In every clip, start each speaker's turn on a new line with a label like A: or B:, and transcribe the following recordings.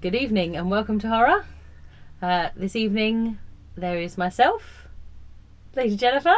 A: Good evening and welcome to Horror. Uh, this evening there is myself, Lady Jennifer,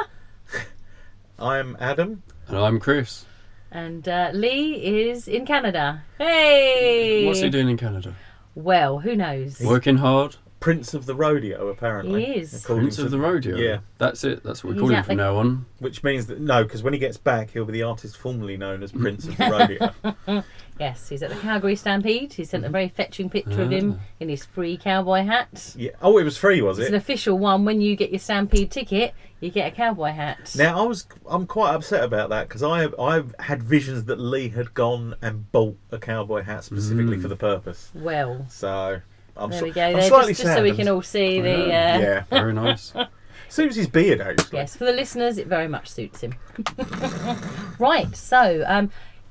B: I'm Adam.
C: And I'm Chris.
A: and uh, Lee is in Canada. Hey!
C: What's he doing in Canada?
A: Well, who knows?
C: Working hard.
B: Prince of the Rodeo, apparently.
A: He is.
B: They called him
C: Prince of
B: from-
C: the rodeo.
B: Yeah,
C: That's it. That's what we
A: He's
C: call him
A: out
C: from
A: there.
C: now on.
B: which means that no, because when he gets back, he'll be the artist formerly known as Prince of the Rodeo.
A: Yes, he's at the Calgary Stampede. He
B: Mm-hmm.
A: sent a very fetching picture of him in his free cowboy hat.
B: yeah. Oh, Ah. it was free, was
A: It's an
B: it?
A: official one. When you get your Stampede ticket, you get a cowboy hat.
B: Now I was, I'm quite upset about that because I, I had visions that Lee had gone and bought a cowboy hat specifically
C: Mm.
B: for the purpose.
A: well,
B: So I'm,
A: there
B: so-
A: we go.
B: I'm
A: There,
B: slightly
A: just, just
B: sad.
A: so we
B: I'm-
A: can all see the. Uh,
B: Yeah,
C: Very nice.
B: suits his beard actually.
A: Yes, for the listeners, it very much suits him. right, so um,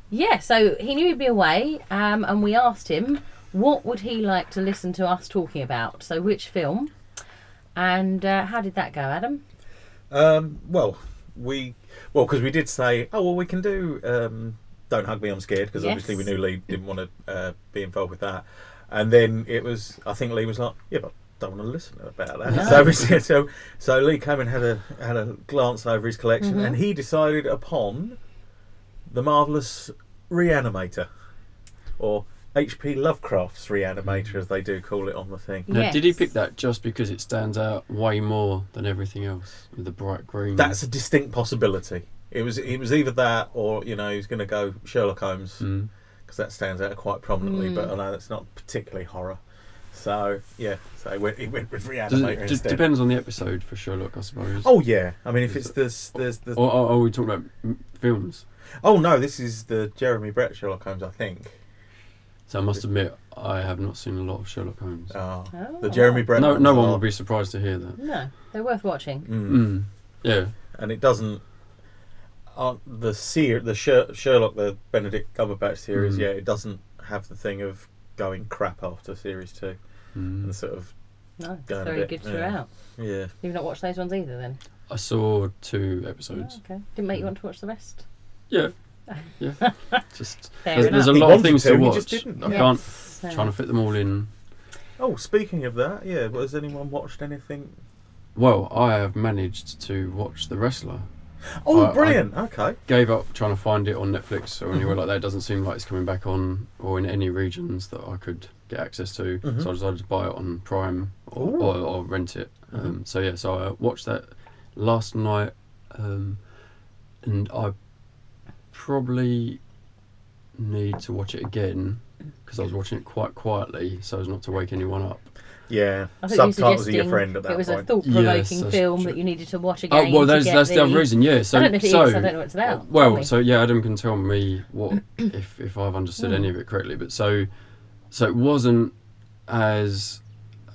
A: yeah, so he knew he'd be away, um, and we asked him what would he like to listen to us talking about. So which film, and uh, how did that go, Adam?
B: Um, well, we well because we did say, oh well, we can do. Um, Don't hug me, I'm scared because
A: Yes.
B: obviously we knew Lee didn't want to uh, be involved with that. And then it was, I think Lee was like, yeah, but I don't want to listen about that. So, we said- so so Lee came and had a had a glance over his collection, and he decided upon the marvelous Reanimator, or H.P. Lovecraft's Reanimator, as they do call it on the thing.
C: Now, did he
A: Yes.
C: pick that just because it stands out way more than everything else with the bright green?
B: That's a distinct possibility. It was it was either that or you know he was going to go Sherlock Holmes because
C: Mm.
B: that stands out quite prominently. But I know that's not particularly horror. So yeah, so he went, he went with
C: Does
B: Reanimator
C: it, just
B: instead.
C: depends on the episode for Sherlock, I suppose.
B: Oh yeah, I mean if it's this there's the
C: Or, or, or we talk about m- films.
B: oh no this is the Jeremy Brett Sherlock Holmes I think.
C: So I must admit, I have not seen a lot of Sherlock Holmes.
B: Oh,
A: Oh,
B: the Jeremy Brett.
C: no,
B: ones
C: no one
B: are-
C: would be surprised to hear that.
A: No, they're worth watching.
B: Mm.
C: Mm. Yeah.
B: and it doesn't. Aren't the ser- the Sher- Sherlock the Benedict Cumberbatch series?
C: Mm.
B: Yeah, it doesn't have the thing of going crap after series two
C: Mm.
B: and sort of
A: No, it's
B: Going a
A: very
B: bit,
A: good
B: yeah.
A: throughout.
B: yeah.
A: You've not watched those ones either, then?
C: I saw two
A: Oh,
C: episodes.
A: okay, didn't make you want to watch the rest.
C: Yeah. Yeah. Just
A: Fair
C: there's, there's a
B: enough. He
C: lot of
B: wanted
C: things
B: to,
C: to
B: he
C: watch.
B: just didn't.
C: I
B: Yeah.
C: can't
A: Yes, uh,
C: trying to fit them all in.
B: Oh, speaking of that, yeah, well, has anyone watched anything?
C: Well, I have managed to watch The Wrestler.
B: Oh,
C: I-
B: brilliant! okay,
C: Gave up trying to find it on Netflix or
B: Mm-hmm.
C: anywhere like that. It doesn't seem like it's coming back on or in any regions that I could get access to.
B: Mhm.
C: So I decided to buy it on Prime or,
B: Ooh. Mm-hmm.
C: or, or rent it. Um, so yeah, so I watched that last night, um, and I probably need to watch it again because I was watching it quite quietly so as not to wake anyone up.
B: yeah.
A: I think you're
B: Subtitles are your
A: suggesting
B: friend at that
A: It was a
B: point.
A: thought-provoking
C: Yes, that's
A: film
C: true.
A: that you needed to watch again.
C: Oh well,
A: to
C: that's
A: get
C: that's the other
A: the-
C: reason. Yeah. So
A: I don't know if it is,
C: so
A: I don't know what it's about.
C: Well,
A: Wait.
C: so yeah, Adam can tell me what if if I've
A: Hmm.
C: understood any of it correctly. But so so it wasn't as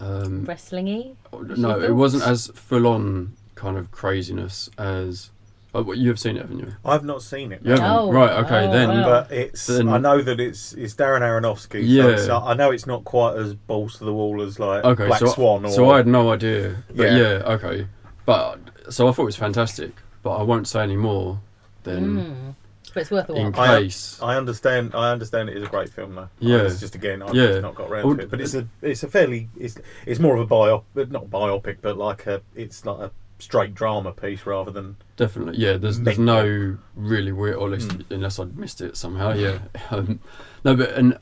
C: um, oh,
A: wrestling-y.
C: no, it wasn't as full on kind of craziness as oh, well, you've seen it, haven't you?
B: I've not seen it,
C: You haven't,
A: Oh,
C: right? Okay,
A: oh,
C: then
A: wow.
B: but it's.
C: Then-
B: I know that it's it's Darren Aronofsky. So
C: Yeah.
B: it's, I know it's not quite as balls to the wall as like
C: okay.
B: Black
C: so
B: Swan or
C: so I had no idea. But
B: Yeah.
C: yeah. okay. But so I thought it was fantastic. But I won't say any more. Then
A: Mm. But it's worth a
C: in
A: watch.
B: I-
C: case.
B: I understand. I understand it is a great film, though.
C: Yeah.
B: it's just again, I've
C: Yeah.
B: just not got round
C: Well,
B: to it. But it's a, it's a fairly, it's, it's more of a biop, but not biopic, but like a, it's like a straight drama piece rather than.
C: Definitely, yeah. There's, there's
B: Make- Mm.
C: no really weird, or at least unless I'd missed it somehow. Yeah, um, no, but and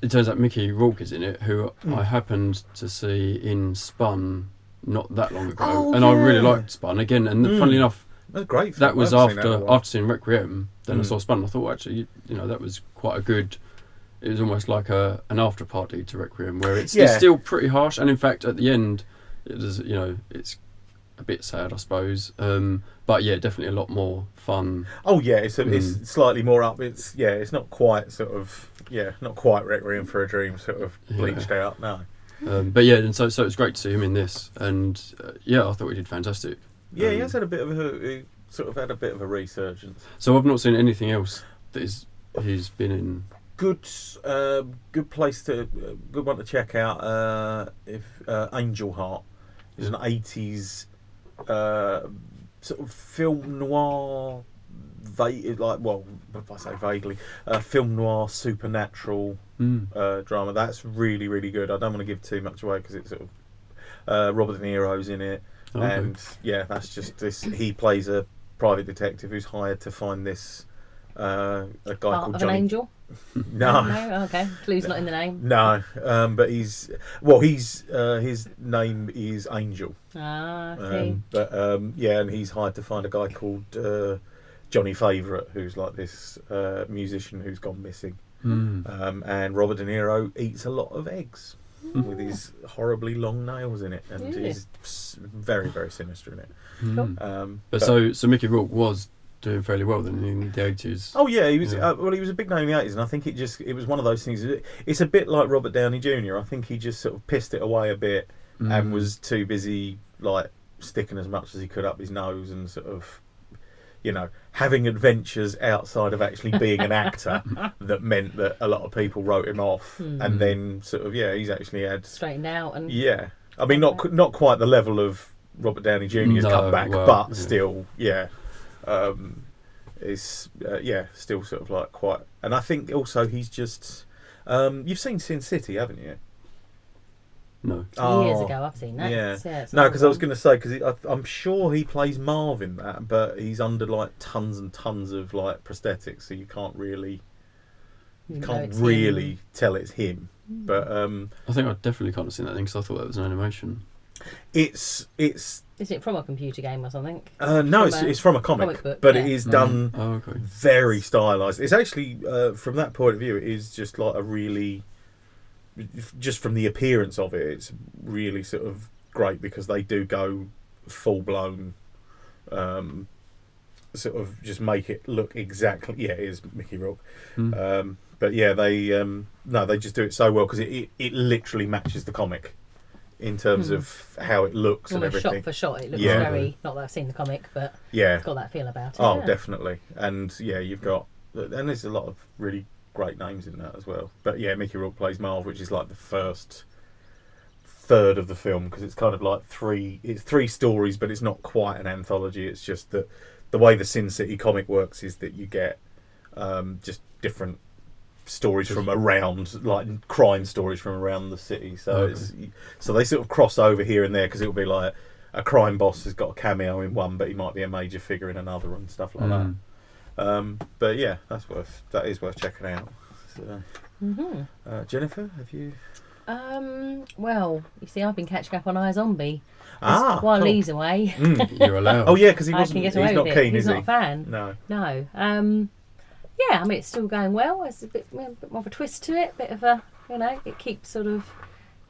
C: it turns out Mickey Rourke is in it, who
B: Mm.
C: I happened to see in Spun not that long ago,
B: Oh,
C: and I really
B: yeah.
C: liked Spun again. And
B: Mm.
C: funnily enough,
B: That's great. film. I
C: that was
B: haven't seen
C: after
B: in a while.
C: after seeing Requiem. Then I
B: Mm.
C: saw Spun. And I thought actually, you know, that was quite a good. It was almost like a an after party to Requiem, where it's, it's
B: Yeah.
C: still pretty harsh, and in fact, at the end, it is you know it's a bit sad, I suppose. Um, but yeah, definitely a lot more fun.
B: Oh yeah, it's a,
C: Mm.
B: it's slightly more up. It's yeah, it's not quite sort of yeah, not quite Requiem for a Dream sort of
C: Yeah.
B: bleached out. No.
C: Um, but yeah, and so so it's great to see him in this, and uh, yeah, I thought we did fantastic.
B: Yeah, he
C: Um,
B: has had a bit of a he sort of had a bit of a resurgence.
C: So I've not seen anything else that is he's been in.
B: Good, uh, good place to uh, good one to check out. Uh, if uh, Angel Heart is an eighties uh, sort of film noir vague, like well, if I say vaguely, uh, film noir supernatural
C: Mm.
B: uh, drama. That's really really good. I don't want to give too much away because it's sort of uh, Robert De Niro's in it,
C: Oh, okay.
B: and yeah, that's just this. He plays a private detective who's hired to find this uh, a guy
A: Part
B: called
A: of
B: Johnny.
A: an angel? Oh,
B: No,
A: No? Okay. Clue's not in the name.
B: no, um, but he's well, he's uh, his name is Angel.
A: Ah, I see.
B: Um, but um, yeah, and he's hired to find a guy called uh, Johnny Favourite, who's like this uh, musician who's gone missing.
C: Mm.
B: Um, and Robert De Niro eats a lot of eggs Um, with his horribly long nails in it, and
A: Yeah.
B: he's s- very very sinister in it.
C: Mm.
B: Um,
C: But so, so Mickey Rourke was doing fairly well then in the eighties.
B: Oh yeah, he was.
C: Yeah.
B: Uh, well, he was a big name in the eighties, and I think it just it was one of those things. It's a bit like Robert Downey Jr. I think he just sort of pissed it away a bit
C: Mm.
B: and was too busy like sticking as much as he could up his nose and sort of, you know, having adventures outside of actually being an actor that meant that a lot of people wrote him off,
A: Hmm.
B: and then sort of yeah, he's actually had
A: Straightened out and
B: yeah. I mean, not qu- not quite the level of Robert Downey Jr.'s
C: No,
B: comeback,
C: well,
B: but
C: yeah.
B: still, yeah, um, it's uh, yeah, still sort of like quite. And I think also he's just. Um, you've seen Sin City, haven't you?
C: no.
A: years
B: Oh.
A: ago I've seen that.
B: yeah.
A: It's- yeah, it's
B: No,
A: another
B: because I was
A: one.
B: going to say because I'm sure he plays Marv in that, but he's under like tons and tons of like prosthetics, so you can't really you
A: Even though
B: can't
A: it's him.
B: really tell it's him. But um,
C: I think I definitely can't have seen that thing because I thought that was an animation.
B: it's it's
A: Is it from a computer game or something?
B: uh, no,
A: From
B: it's,
A: a
B: it's from a comic,
A: comic book,
B: but it
A: yeah.
B: is
C: Mm.
B: done.
C: Oh, okay.
B: very stylized. It's actually uh, from that point of view, it is just like a really, just from the appearance of it, it's really sort of great because they do go full blown, um, sort of just make it look exactly. Yeah, it is Mickey Rourke.
C: Mm.
B: Um, but yeah, they um, no, they just do it so well because it, it it literally matches the comic in terms
A: Hmm.
B: of how it looks and
A: Almost
B: everything.
A: shot for shot. It looks
B: Yeah.
A: very not that I've seen the comic, but
B: Yeah,
A: it's got that feel about it.
B: Oh,
A: yeah.
B: definitely. And yeah, you've got, and there's a lot of really great names in that as well. But yeah, Mickey Rourke plays Marv, which is like the first third of the film because it's kind of like three, it's three stories, but it's not quite an anthology. It's just that the way the Sin City comic works is that you get um, just different stories from around like crime stories from around the city so
C: Okay.
B: it's so they sort of cross over here and there because it'll be like a crime boss has got a cameo in one but he might be a major figure in another and stuff like
C: Mm.
B: that um, but yeah that's worth that is worth checking out so,
A: hmm
B: uh, Jennifer have you
A: Um, well, you see, I've been catching up on iZombie. 'cause
B: ah
A: while
B: cool.
A: Lee's away,
B: Mm.
C: You're allowed.
B: oh yeah because he
A: I can
B: wasn't
A: get
B: he's
A: away
B: not
A: with
B: keen
A: it. He's
B: is
A: not
B: he
A: a fan.
B: no
A: No. Um, yeah, I mean, it's still going well. It's a bit, a bit more of a twist to it, bit of a, you know, it keeps sort of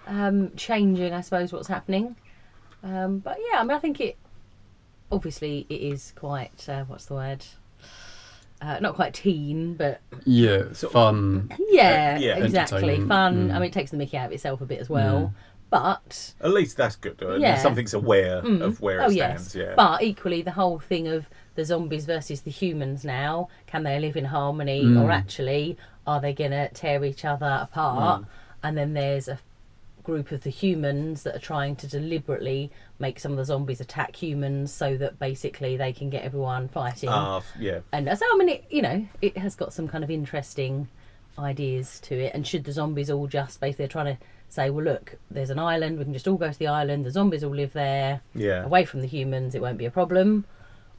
A: um, changing, I suppose, what's happening. Um, but yeah, I mean, I think it, obviously, it is quite, uh, what's the word? Uh, not quite teen, but
C: Uh, Yeah,
B: So-
C: fun.
A: yeah,
B: yeah,
A: exactly.
C: entertaining,
A: Fun.
C: mm.
A: I mean, it takes the mickey out of itself a bit as well. But
B: at least that's good though. At least
A: Yeah.
B: something's aware
A: Mm.
B: of where it
A: oh yes,
B: stands yeah
A: but equally the whole thing of the zombies versus the humans now. Can they live in harmony,
C: Mm.
A: or actually are they going to tear each other apart? And then there's a group of the humans that are trying to deliberately make some of the zombies attack humans so that basically they can get everyone fighting.
B: Ah, f- yeah
A: And so I mean, it, you know, it has got some kind of interesting ideas to it. And should the zombies all just basically they're trying to say, well, look, there's an island. We can just all go to the island. The zombies all live there
B: yeah
A: away from the humans, it won't be a problem.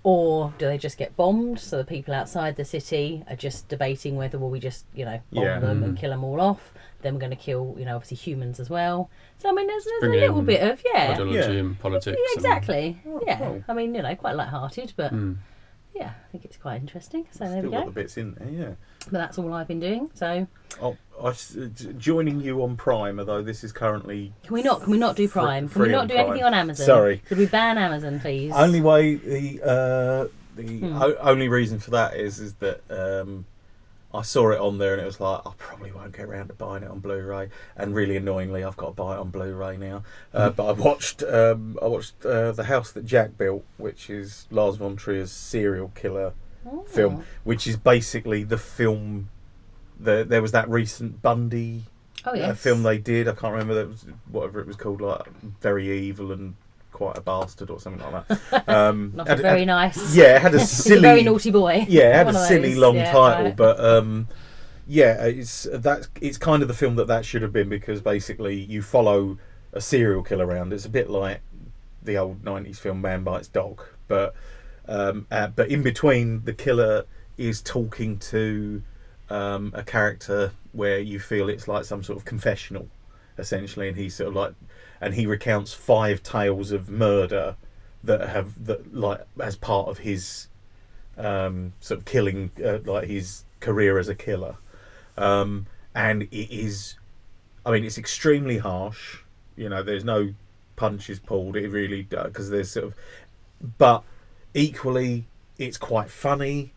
A: Or do they just get bombed? So the people outside the city are just debating whether will we just, you know, bomb
B: Yeah.
A: them and
C: Mm.
A: kill them all off. Then we're going to kill, you know, obviously humans as well. So I mean, there's, there's a
C: Bring
A: little
C: in
A: bit of yeah,
C: Ideology
B: uh, Yeah.
C: and politics.
A: yeah
C: and- Oh,
A: exactly, yeah.
B: cool.
A: I mean, you know, quite light-hearted, but
C: Mm.
A: yeah, I think it's quite interesting. So there we
B: still got the
A: go.
B: bits in there yeah
A: But that's all I've been doing. So
B: Oh, I s- j- joining you on Prime, although this is currently
A: can we not? Can we not do
B: Fr-
A: Prime? Can
B: free
A: we not
B: on
A: do
B: Prime.
A: anything on Amazon?
B: Sorry.
A: Could we ban Amazon, please?
B: only way the uh, the
A: Hmm.
B: o- only reason for that is is that um, I saw it on there and it was like I probably won't get around to buying it on Blu-ray, and really annoyingly I've got to buy it on Blu-ray now. Uh, but I watched um, I watched uh, the house that Jack built, which is Lars von Trier's serial killer
A: Oh.
B: film, which is basically the film. The, there was that recent Bundy
A: Oh yes.
B: a film they did. I can't remember that was whatever it was called, like very evil and quite a bastard or something like that. Um,
A: Not
B: had-
A: very
B: had-
A: nice.
B: yeah, it had a
A: He's
B: silly,
A: a very naughty boy.
B: yeah, it had
A: One
B: a
A: of
B: silly
A: those,
B: long
A: yeah,
B: title,
A: right.
B: but um, yeah, it's that it's kind of the film that that should have been because basically you follow a serial killer around. It's a bit like the old '90s film Man Bites Dog, but um, uh, but in between the killer is talking to um, a character where you feel it's like some sort of confessional, essentially, and he sort of like and he recounts five tales of murder that have that like as part of his um, sort of killing uh, like his career as a killer, um, and it is, I mean, it's extremely harsh. You know, there's no punches pulled. It really because there's sort of, but equally it's quite funny.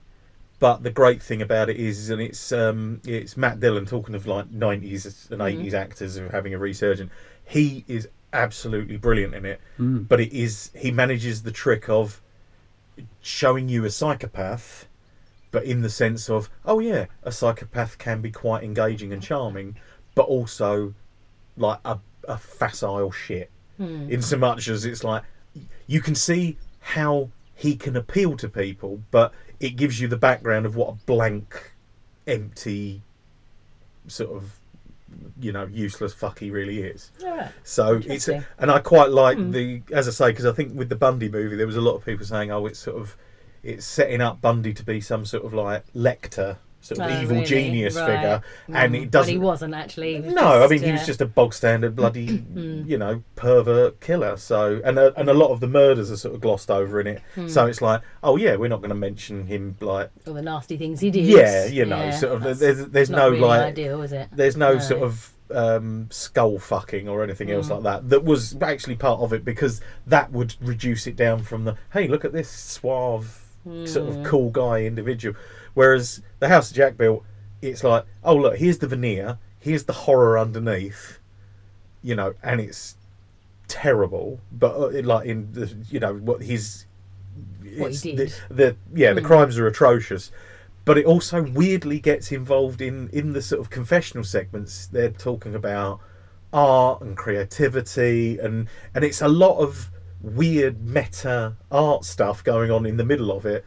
B: But the great thing about it is, and it's um, it's Matt Dillon talking of like '90s and
A: Mhm.
B: '80s actors who are having a resurgence. He is absolutely brilliant in it
C: Mm.
B: but it is he manages the trick of showing you a psychopath but in the sense of oh yeah a psychopath can be quite engaging and charming but also like a, a facile shit
A: Hmm.
B: in so much as it's like you can see how he can appeal to people but it gives you the background of what a blank empty sort of you know useless fuck he really is
A: All right.
B: so it's
A: Interesting.
B: and I quite like
A: Hmm.
B: the as I say because I think with the Bundy movie there was a lot of people saying oh it's sort of it's setting up Bundy to be some sort of like lector sort of
A: Oh,
B: evil
A: really?
B: genius
A: Right.
B: figure and
A: Mm,
B: it
A: But he
B: doesn't-
A: wasn't actually. He was
B: no I
A: just, uh,
B: mean he
A: yeah.
B: was just a bog standard bloody
A: Mm.
B: you know pervert killer so and a, and a lot of the murders are sort of glossed over in it
A: Hmm.
B: so it's like oh yeah we're not going to mention him like
A: all the nasty things he did.
B: yeah you know
A: Yeah,
B: sort of
A: that's
B: there's there's
A: not
B: no
A: really
B: like
A: ideal, is it?
B: there's no
A: No.
B: sort of um, skull fucking or anything else
A: Mm.
B: like that that was actually part of it because that would reduce it down from the hey look at this suave sort of
A: Mm.
B: cool guy individual whereas the house of jack built it's like oh look here's the veneer here's the horror underneath you know and it's terrible but uh, it- like in the you know what his
A: What he
B: it's
A: did.
B: The, the yeah the
A: Mm.
B: crimes are atrocious but it also weirdly gets involved in in the sort of confessional segments they're talking about art and creativity and and it's a lot of weird meta art stuff going on in the middle of it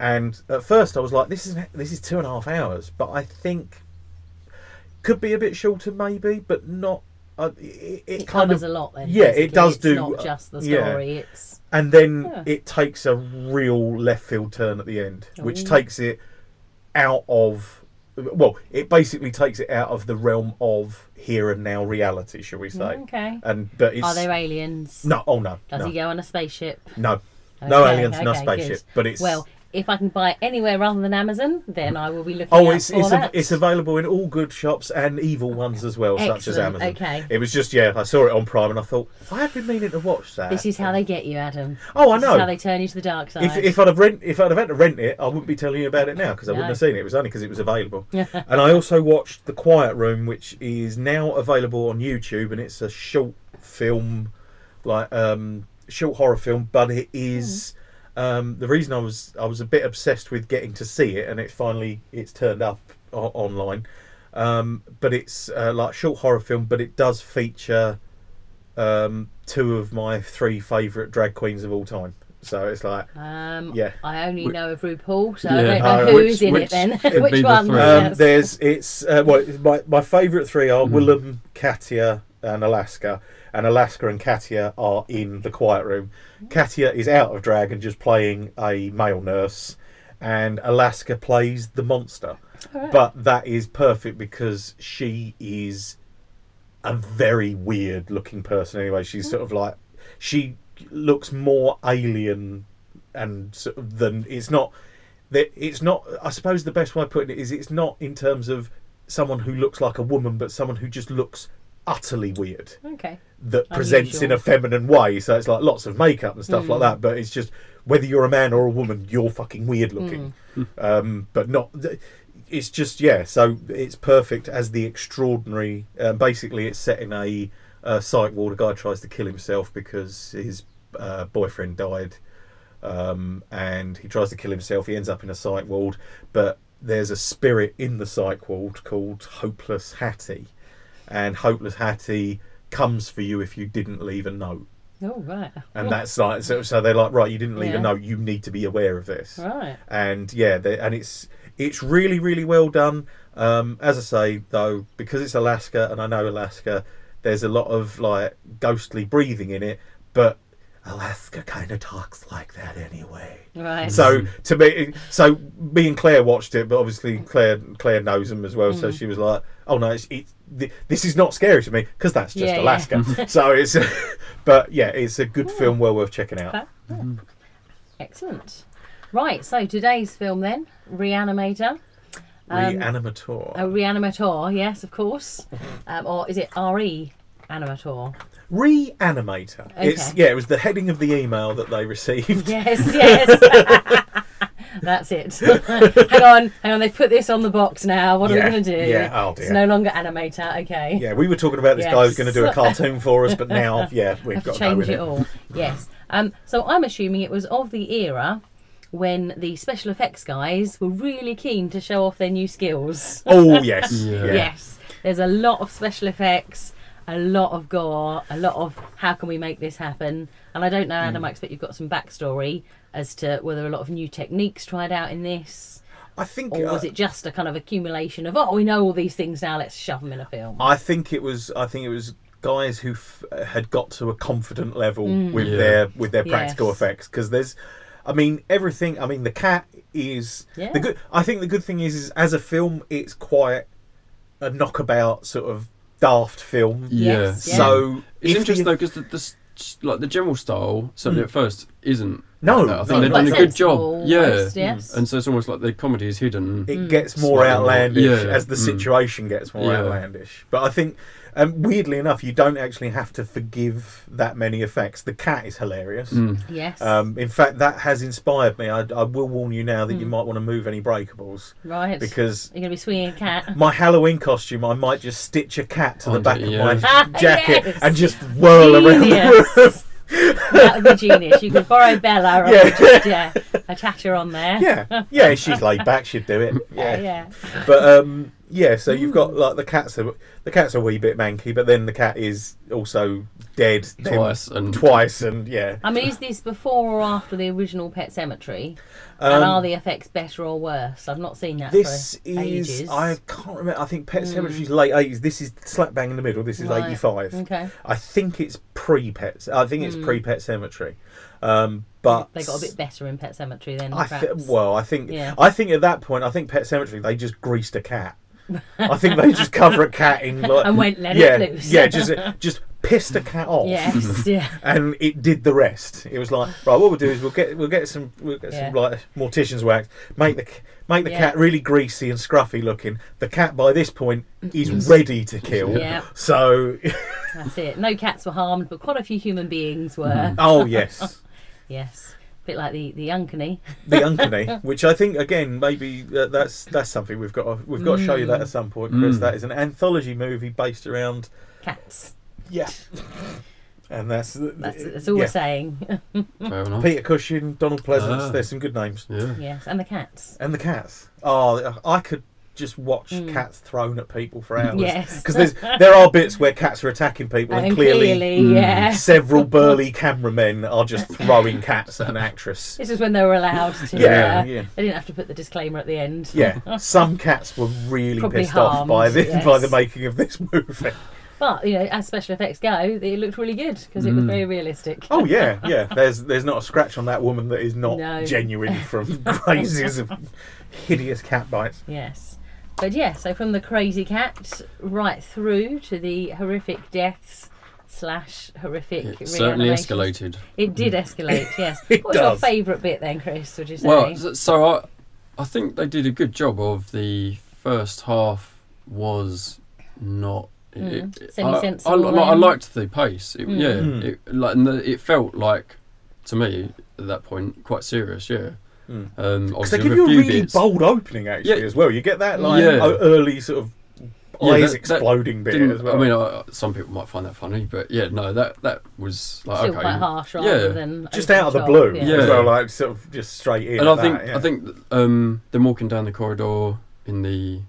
B: and at first i was like this is this is two and a half hours but i think could be a bit shorter maybe but not uh, it, it,
A: It
B: kind
A: covers
B: of
A: a lot then.
B: yeah, it
A: basically.
B: does
A: it's
B: do-
A: Not just the
B: yeah.
A: story. It's
B: and then
A: Yeah.
B: it takes a real left field turn at the end, which
A: Ooh.
B: takes it out of well, it basically takes it out of the realm of here and now reality, shall we say?
A: okay.
B: And but it's
A: Are there aliens?
B: no, oh no,
A: Does
B: no,
A: he go on a spaceship?
B: no, no
A: Okay,
B: aliens, no
A: okay,
B: spaceship.
A: good.
B: But it's
A: Well, if I can buy it anywhere rather than Amazon, then I will be looking.
B: oh,
A: out
B: it's
A: for
B: it's, av-
A: that.
B: it's available in all good shops and evil ones as well, such as
A: Excellent,
B: Amazon.
A: okay.
B: It was just yeah, I saw it on Prime and I thought I have been meaning to watch that.
A: This is how they get you, Adam.
B: Oh, I
A: This is how
B: know.
A: they turn you to the dark side.
B: If, if I'd have rent, if I'd have had to rent it, I wouldn't be telling you about it now because I
A: No.
B: wouldn't have seen it. It was only because it was available. and I also watched The Quiet Room, which is now available on YouTube, and it's a short film, like um, short horror film. But it is
A: Hmm.
B: um, the reason I was I was a bit obsessed with getting to see it, and it finally it's turned up o- online. Um, but it's uh, like short horror film, but it does feature um, two of my three favourite drag queens of all time. So it's like
A: um,
B: yeah.
A: I only
C: Wh-
A: know of RuPaul, so
C: Yeah.
A: I don't
B: Oh,
A: know who's
C: which-
A: in
C: which
A: it then.
C: could be
A: which
C: the
A: one?
C: three.
B: Um,
C: Yes.
B: There's it's uh, well it's my my favourite three are Willem, Katia, and Alaska. And Alaska and Katia are in the quiet room. Katia is out of drag and just playing a male nurse, and Alaska plays the monster.
A: Alright.
B: But that is perfect because she is a very weird looking person. Anyway, she's sort of like she looks more alien and sort of than it's not that it's not i suppose the best way of putting it is it's not in terms of someone who looks like a woman but someone who just looks utterly weird
A: okay.
B: that presents in
A: Unusual.
B: a feminine way so it's like lots of makeup and stuff like
A: Mm.
B: that but it's just whether you're a man or a woman you're fucking weird looking um, but not th- it's just yeah so it's perfect as the extraordinary uh, basically it's set in a uh, psych ward a guy tries to kill himself because his uh, boyfriend died um, and he tries to kill himself. He ends up in a psych ward, but there's a spirit in the psych ward called Hopeless Hattie, and Hopeless Hattie comes for you if you didn't leave a note.
A: Oh, right.
B: and that's like so, so they're like right you didn't leave
A: Yeah.
B: a note you need to be aware of this
A: Right.
B: and yeah they, and it's it's really really well done um, as i say though because it's alaska and i know alaska there's a lot of like ghostly breathing in it but alaska kind of talks like that anyway
A: Right.
B: so to me so me and claire watched it but obviously claire claire knows them as well
A: Mm.
B: so she was like oh no it's, it's th- this is not scary to me because that's just
A: Yeah, yeah.
B: alaska so it's but yeah it's a good film well worth checking out
A: Okay. Excellent. Right, so today's film then, Reanimator. Um,
B: reanimator
A: A reanimator, yes, of course. Um, or is it RE animator?
B: Reanimator. It's
A: Okay.
B: yeah, it was the heading of the email that they received.
A: Yes, yes. That's it. hang on, hang on. They've put this on the box now. What are
B: Yeah,
A: we going to do?
B: yeah, oh
A: It's
B: dear.
A: no longer animator. Okay.
B: Yeah, we were talking about this guy who's going to do a
A: Yes.
B: cartoon for us, but now, yeah, we've
A: Have
B: got
A: to
B: to go
A: change
B: with
A: it
B: it.
A: all. yes. Um, so I'm assuming it was of the era when the special effects guys were really keen to show off their new skills.
B: Oh yes,
C: Yeah.
B: yeah.
A: Yes. There's a lot of special effects, a lot of gore, a lot of how can we make this happen. And I don't know,
B: Mm.
A: Adam, I expect you've got some backstory as to whether a lot of new techniques tried out in this,
B: I think
A: or was
B: uh,
A: it just a kind of accumulation of, oh, we know all these things now, let's shove them in a film?
B: I think it was. I think it was guys who f- had got to a confident level with
C: Yeah.
B: their with their practical
A: Mm. Yes.
B: effects because there's. I mean everything. I mean the cat is
A: Yeah.
B: the good. I think the good thing is, is as a film, it's quite a knockabout sort of daft film.
C: Yeah.
A: Yes, yeah.
B: So
C: It's
B: if
C: interesting
B: you- Hmm.
C: though, because the, the s- s- like the general style certainly at first isn't.
B: No,
C: like that. I
B: no, Hmm.
C: think they've
B: not
C: done a
B: at
C: good
A: all.
C: job.
A: Almost,
C: yeah,
A: yes.
C: and so it's almost like the comedy is hidden.
A: Mm.
B: it gets more
C: Slightly more-
B: outlandish
C: yeah,
B: as the
C: mm.
B: situation gets more
C: Yeah.
B: outlandish. But I think, um, weirdly enough, you don't actually have to forgive that many effects. The cat is hilarious.
C: Mm.
A: Yes.
B: Um, in fact, that has inspired me. I, I will warn you now that
A: Hmm.
B: you might want to move any breakables
A: right.
B: because
A: You're going to be swinging a cat.
B: my Halloween costume, I might just stitch a cat to the
C: Onto
B: back
C: it,
B: of
C: yeah.
B: my jacket
A: Yes.
B: and just whirl around. the room.
A: Genius. that would be genius. You could borrow Bella and
B: Yeah.
A: just yeah, attach her on there.
B: Yeah, yeah, she's laid back, she'd do it. Yeah.
A: yeah. Hmm.
B: but um, yeah, so you've got like the cat's a the cat's a wee bit manky, but then the cat is also dead then-
C: Twice and
B: twice, and yeah.
A: I mean, is this before or after the original Pet Cemetery?
B: Um,
A: and are the effects better or worse? I've not seen that
B: this
A: for
B: is
A: ages. Hmm.
B: I can't remember. I think Pet Cemetery's late eighties. This is slap bang in the middle. This is
A: Right.
B: eighty five.
A: Okay.
B: I think it's pre Pet. I think it's pre Pet Cemetery, um, but
A: Hmm. They got a bit better in Pet Cemetery then.
B: I
A: perhaps.
B: th- well, I think
A: Yeah.
B: I think at that point, I think Pet Cemetery they just greased a cat. I think they just cover a cat in like
A: And went, "Let it
B: yeah,
A: loose."
B: yeah, just just pissed a cat off.
A: yes, yeah.
B: and it did the rest. It was like, right, what we'll do is we'll get we'll get some we'll get some
A: Yeah.
B: like mortician's wax, make the c- make the
A: Yeah.
B: cat really greasy and scruffy looking. The cat by this point is ready to kill.
A: Yeah.
B: So,
A: That's it. No cats were harmed, but quite a few human beings were.
B: oh yes,
A: Yes. bit like the, the Uncanny.
B: the uncanny, which I think again maybe uh, that's that's something we've got to, we've got to show you that at some point, Chris.
C: Mm.
B: That is an anthology movie based around
A: Cats.
B: yeah, and that's
A: That's, that's all we're
B: Uh, yeah.
A: saying.
C: fair enough.
B: Peter Cushing, Donald Pleasance.
C: Ah.
B: There's some good names.
C: Yeah.
A: yes, and the cats.
B: And the cats. Oh, I could just watch
A: Mm.
B: cats thrown at people for hours.
A: Yes.
B: Because there's there are bits where cats are attacking people, and,
A: and
B: clearly,
C: Mm.
A: yeah.
B: several burly cameramen are just throwing cats at an actress.
A: This is when they were allowed to.
B: Yeah,
A: uh,
B: yeah.
A: They didn't have to put the disclaimer at the end.
B: Yeah, some cats were really
A: Probably
B: pissed off by
A: harmed,
B: the by
A: yes.
B: the making of this movie.
A: But you know, as special effects go, it looked really good because it was
C: Mm.
A: very realistic.
B: Oh yeah, yeah. There's there's not a scratch on that woman that is not
A: No.
B: genuine from crazes of hideous cat bites.
A: Yes. But yeah, so from the crazy cat right through to the horrific deaths slash horrific.
C: It certainly Mm.
A: reanimations.
C: escalated.
A: It did escalate. Yes.
B: It
A: what was
B: does.
A: your favourite bit then, Chris? Would you say?
C: Well, so, so I, I think they did a good job of the first half was not. it-
A: Mm.
C: it- I- I,
A: Semi-sensible
C: li- like, I
A: then.
C: liked the pace. It,
A: Mm.
C: Yeah,
B: Mm.
C: it, like and the, it felt like to me at that point quite serious. Yeah,
B: Mm.
C: um,
B: Because they
C: obviously
B: give
C: with
B: you
C: a
B: a
C: few
B: really
C: bits.
B: bold opening actually
C: Yeah.
B: as well. You get that like
C: Yeah.
B: o- early sort of
C: Yeah,
B: eyes
C: that- that
B: exploding bit
C: Didn't-
B: as well.
C: I mean, I, some people might find that funny, but yeah, no, that that was like
A: Still
C: okay.
A: quite harsh rather
C: Yeah.
A: than
B: just
A: over
B: out of the
A: top,
B: blue
A: Yeah.
C: Yeah.
B: as well, like sort of just straight in.
C: and I
B: at
C: think
B: that, yeah.
C: I think um, them walking down the corridor in the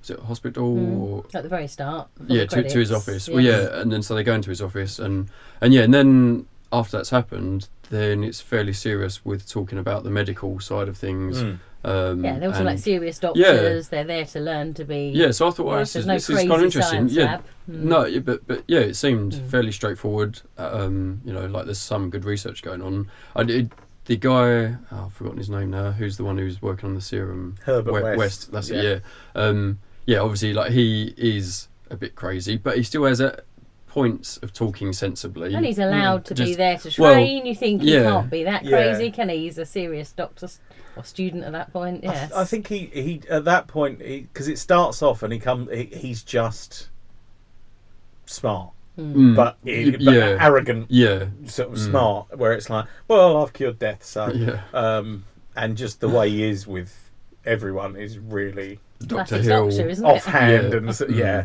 C: was it hospital
A: Mm.
C: or
A: At the very start. before
C: yeah
A: the
C: to, to his
A: credits.
C: office well yeah and then so they go into his office and and yeah and then after that's happened, then it's fairly serious with talking about the medical side of things.
B: Mm.
C: Um,
A: Yeah, they're also
C: and-
A: like serious
C: Yeah.
A: doctors. They're there to learn to be.
C: Yeah, so I thought well,
A: Yes, there's
C: this, is,
A: no
C: this is
A: crazy
C: kind of interesting.
A: science
C: Yeah,
A: lab. Mm.
C: No, yeah, but but yeah, it seemed
A: Mm.
C: fairly straightforward. Um, you know, like there's some good research going on. I did the guy. Oh, I've forgotten his name now. Who's the one who's working on the serum?
B: Herbert
C: We-
B: West.
C: That's
B: Yeah.
C: it. Yeah. Um, yeah. Obviously, like he is a bit crazy, but he still has a points of talking sensibly.
A: And he's allowed to be
C: mm, Just-
A: there to
C: well,
A: train. you think he
C: yeah.
A: can't be that
B: Yeah.
A: crazy, can he? He's a serious doctor s- or student at that point.
B: I th-
A: Yes.
B: I, think he, he at that point because it starts off and he comes he, he's just smart
C: Mm,
B: but,
C: y-
B: but
C: yeah,
B: arrogant
C: yeah,
B: sort of
C: Mm.
B: smart where it's like well I've cured death so
C: yeah.
B: um, and just the way he is with everyone is really
C: Doctor
A: Classic
C: Hill.
A: doctor, isn't it?
B: offhand
C: Yeah.
B: and so,
C: Mm.
B: yeah.
C: yeah.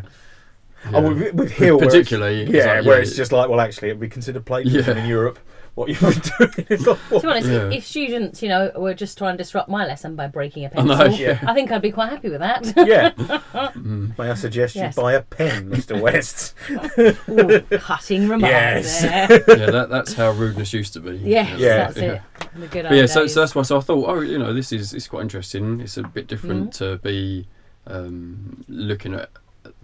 B: Oh, with, with Hill where it's-
C: particularly, it's
B: yeah,
C: like,
B: where it's just like well actually we consider plagiarism
C: Yeah.
B: in Europe what you've been doing is like
A: To be honest,
C: Yeah.
A: if students, you know, were just trying to disrupt my lesson by breaking a
C: I
A: pencil,
C: know, yeah.
A: I think I'd be quite happy with that.
B: yeah
C: Mm.
B: may I suggest
A: Yes.
B: you buy a pen Mr West
A: Ooh, cutting remarks
B: Yes.
A: there.
C: yeah, that, that's how rudeness used to be.
A: Yes,
B: Yeah.
A: that's
C: Yeah.
A: it. The good
C: But yeah,
A: old
C: so,
A: days.
C: so that's why so I thought, oh, you know, this is it's quite interesting. It's a bit different
A: Mm.
C: to be um, looking at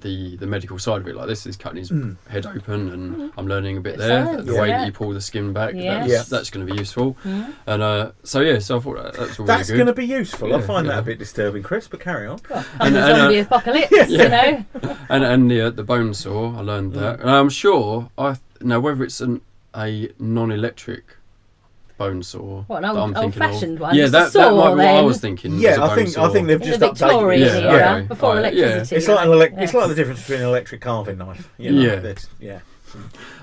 C: the the medical side of it. Like this is cutting his
B: Mm.
C: head open, and I'm learning a bit
A: Mm. It's
C: there.
A: science,
C: the way
A: yeah.
C: that you pull the skin back,
A: Yes.
C: that's,
B: Yes.
C: that's going to be useful.
A: Mm.
C: And uh, so yeah, so I thought that, that's all really
B: that's
C: good.
B: going to be useful I
C: Yeah,
B: find that
C: yeah.
B: a bit disturbing Chris but carry on
A: Well,
C: And-
A: the
C: and, uh,
A: zombie apocalypse, you know.
C: and and the uh, the bone saw, I learned
B: Mm.
C: that. And I'm sure I now whether it's an a non-electric bone saw.
A: What, an
C: that
A: old-
C: I'm thinking of-
A: old-fashioned one?
C: Yeah,
A: Just a
C: that, that
A: saw,
C: might be what I
A: then?
C: was thinking. was
B: yeah
C: a
B: I
C: bone
B: think I
C: saw.
B: think they've
A: In the
B: just updated
A: Victorian
B: it.
C: Yeah,
A: era,
C: okay.
A: before
C: Alright, yeah.
A: electricity.
B: It's like an elec- it's
A: Yes.
B: like the difference between an electric carving knife. You know,
C: Yeah.
B: that's- yeah.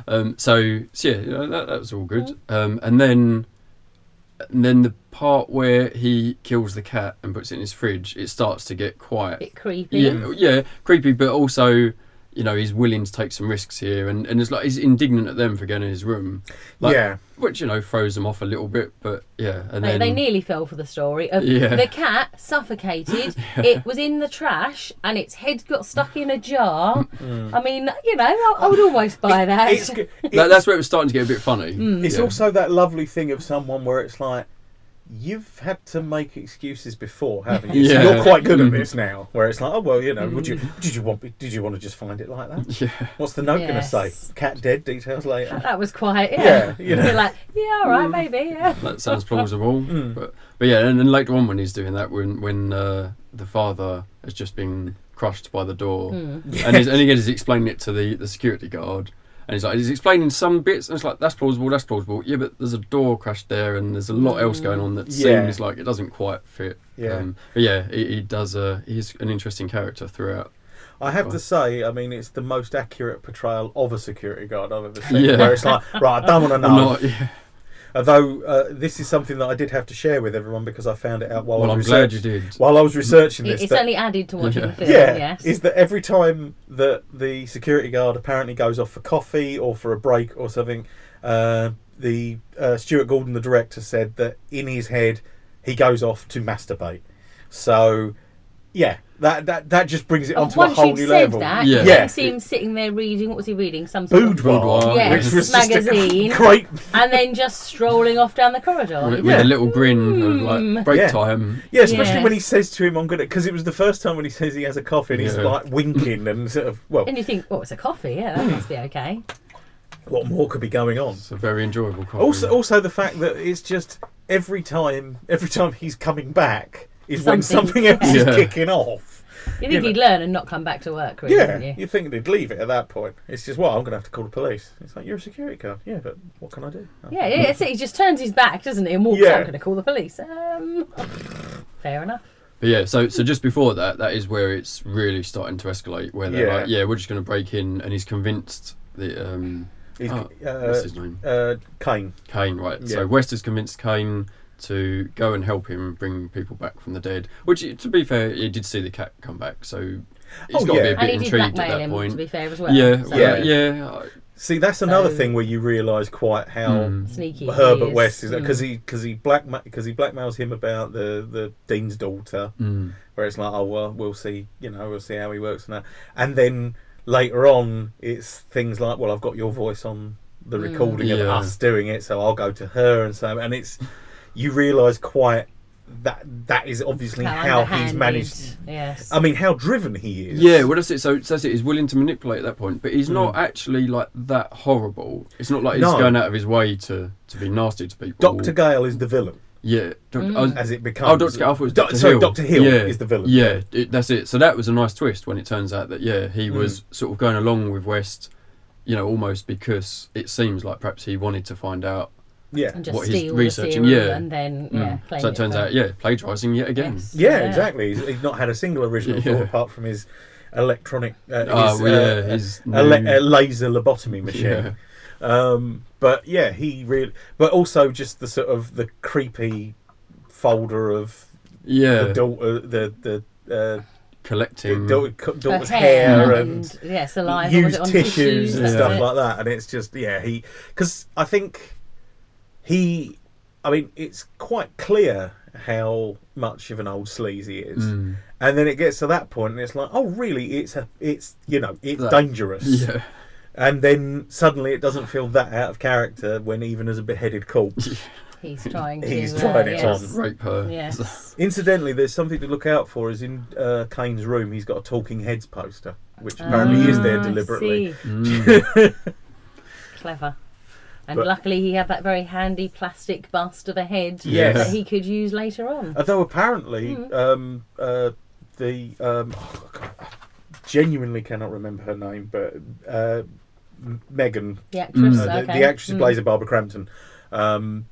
C: Um, so, so yeah, you know, that, that was all good. Um, and then, and then the part where he kills the cat and puts it in his fridge, it starts to get
A: A
C: quiet.
A: bit creepy.
C: Yeah, yeah, creepy, but also, you know, he's willing to take some risks here, and, and it's like he's indignant at them for going in his room, Like-
B: yeah.
C: which you know throws them off a little bit. But yeah, and
A: They,
C: then
A: they nearly fell for the story of
C: Yeah.
A: the cat suffocated. It was in the trash and its head got stuck in a jar. I mean, you know, I, I would almost Mm. buy that. Mm.
B: It's, g- it's,
C: that, that's where it was starting to get a bit funny.
B: it's
A: Hmm.
C: yeah.
B: also that lovely thing of someone where it's like, you've had to make excuses before, haven't you? So
C: Yeah.
B: you're quite good
C: Mm.
B: at this now. Where it's like, oh well, you know, would you
A: Mm.
B: did you want me- did you want to just find it like that?
C: yeah,
B: What's the note going to
A: Yes.
B: say? Cat dead. Details later.
A: that was quite, yeah.
B: Yeah, you know.
A: You're like, yeah, all right, maybe, yeah.
C: that sounds plausible.
B: Mm.
C: But but yeah, and then later on when he's doing that, when when uh, the father has just been crushed by the door.
A: Hmm.
C: and, he's, and again, he's explaining it to the, the security guard. And he's like, he's explaining some bits, and it's like, that's plausible, that's plausible. Yeah, but there's a door crash there, and there's a lot else going on that
B: Yeah.
C: seems like it doesn't quite fit. Um,
B: Yeah.
C: but yeah, he, he does. Uh, he's an interesting character throughout.
B: I have to
C: Right.
B: say, I mean, it's the most accurate portrayal of a security guard I've ever seen.
C: Yeah.
B: Where it's like, right, I don't want to know.
C: I'm not- yeah.
B: Although uh, this is something that I did have to share with everyone because I found it out while
C: Well,
B: I
C: I'm
B: was
C: glad
B: research-
C: you did.
B: while I was researching
A: It,
B: this.
A: it's
B: that-
A: only added to watching the film,
B: yeah,
A: yes.
B: is that every time that the security guard apparently goes off for coffee or for a break or something, uh, the uh, Stuart Gordon, the director, said that in his head he goes off to masturbate. So, yeah, that that, that just brings it
A: And
B: onto a
A: Once
B: whole
A: you'd
B: new
A: said
B: level.
A: that,
C: Yeah.
A: you
B: Yeah.
A: can see him sitting there reading, what was he reading? Some sort of
B: Boudoir,
A: Yes,
B: which was just a
A: magazine.
B: great
A: and then just strolling off down the corridor.
C: With, with
B: Yeah.
C: a little grin of
A: Mm.
C: like break
B: Yeah.
C: time.
B: Yeah, especially when he
A: Yes.
B: says to him, "I'm gonna," because it was the first time when he says he has a coffee, and he's
C: Yeah.
B: like winking and sort of, well,
A: And you think, well, it's a coffee, yeah, that must be okay.
B: what more could be going on?
C: It's a very enjoyable. Coffee.
B: Also, also the fact that it's just every time, every time he's coming back is when
A: Something.
B: something else
C: Yeah.
B: is kicking off.
A: You
B: Yeah,
A: think
B: but-
A: he'd learn and not come back to work, really,
B: yeah,
A: wouldn't you?
B: you think they'd leave it at that point? It's just, well, I'm gonna have to call the police. It's like you're a security guard, yeah, but what can I do?
A: Yeah, yeah, that's it. He just turns his back, doesn't he, and walks
B: Yeah.
A: out. I'm going to call the police. Um, fair enough.
C: But yeah, so so just before that, that is where it's really starting to escalate. Where they're
B: Yeah.
C: like, yeah, we're just going to break in, and he's convinced that um,
B: He's,
C: Oh, what's
B: uh,
C: his name?
B: uh, Kane.
C: Kane, right? So
B: Yeah.
C: West has convinced Kane to go and help him bring people back from the dead. Which, to be fair, he did see the cat come back, so he's
B: Oh, yeah.
C: got to be a
A: And
C: bit
A: he did
C: intrigued at
A: blackmail
C: that
A: him,
C: point.
A: to be fair, as well.
C: yeah,
A: So,
C: yeah,
B: Yeah.
C: yeah. I-
B: See, that's another
A: So-
B: thing where you realise quite how.
C: Mm.
A: Sneaky.
B: Herbert
A: he is.
B: West is because
A: Mm.
B: he because he blackma- because he blackmails him about the the dean's daughter,
C: Mm.
B: where it's like, oh well, we'll see, you know, we'll see how he works and that, and then later on, it's things like, well, I've got your voice on the
A: Hmm.
B: recording of
C: Yeah.
B: us doing it, so I'll go to her and so and it's you realise quite that that is obviously how, he's
A: underhanded.
B: managed. um,
A: Yes.
B: I mean, how driven he is.
C: Yeah, well, that's it. So, so that's it. He's willing to manipulate at that point, but he's not actually like that horrible. It's not like he's
B: Mm. No.
C: going out of his way to, to be nasty to people.
B: Doctor Gale is the villain
C: Yeah. Doc- I was-
A: Mm.
B: as it becomes.
C: oh, Doctor. I thought it was
B: Do-
C: Doctor
B: sorry,
C: Hill.
B: Doctor Hill
C: yeah.
B: is the villain.
C: Yeah, it, that's it. So that was a nice twist when it turns out that yeah, he
B: Mm.
C: was sort of going along with West, you know, almost because it seems like perhaps he wanted to find out.
B: yeah,
A: and just
C: what he's
A: steal the
C: researching,
A: serum
C: yeah.
A: and then
C: Mm.
A: yeah. claim
C: so it turns
A: for-
C: out yeah, plagiarising yet again.
A: Yes.
B: yeah, exactly. He's, he's not had a single original
C: Yeah.
B: thought apart from his electronic, uh,
C: Oh
B: his,
C: well,
B: uh,
C: yeah, his
B: a, la- a
C: new-
B: laser lobotomy machine.
C: Yeah.
B: Um, but yeah, he really. But also just the sort of the creepy folder of
C: yeah,
B: the daughter, the the. Uh,
C: collecting.
B: daughter, daughter's
A: Her
B: hair and
A: and, yeah, saliva, was
B: used
A: it on
B: tissues,
A: tissues,
B: and
A: that's
B: stuff
A: it.
B: like that. And it's just yeah, he because I think he, I mean, it's quite clear how much of an old sleazy is.
C: Mm.
B: And then it gets to that point, and it's like, oh, really? It's a, it's you know, it's
C: That-
B: dangerous.
C: Yeah,
B: And then suddenly, it doesn't feel that out of character when even as a beheaded corpse.
A: He's trying to.
B: He's
A: uh,
B: trying it
A: yes.
C: rape her.
A: Yes.
B: Incidentally, there's something to look out for. Is in uh, Kane's room, he's got a talking heads poster, which apparently is there
A: Ah, I
B: deliberately.
A: see.
C: Mm.
A: Clever. And
B: But-
A: luckily, he had that very handy plastic bust of a head
B: Yes.
A: that he could use later on.
B: Although apparently,
A: Mm.
B: um, uh, the um, oh, God, I genuinely cannot remember her name, but uh, M- Megan,
A: The actress,
C: Mm.
B: uh, the,
A: okay.
B: the actress who
A: Mm.
B: plays Barbara Crampton, um,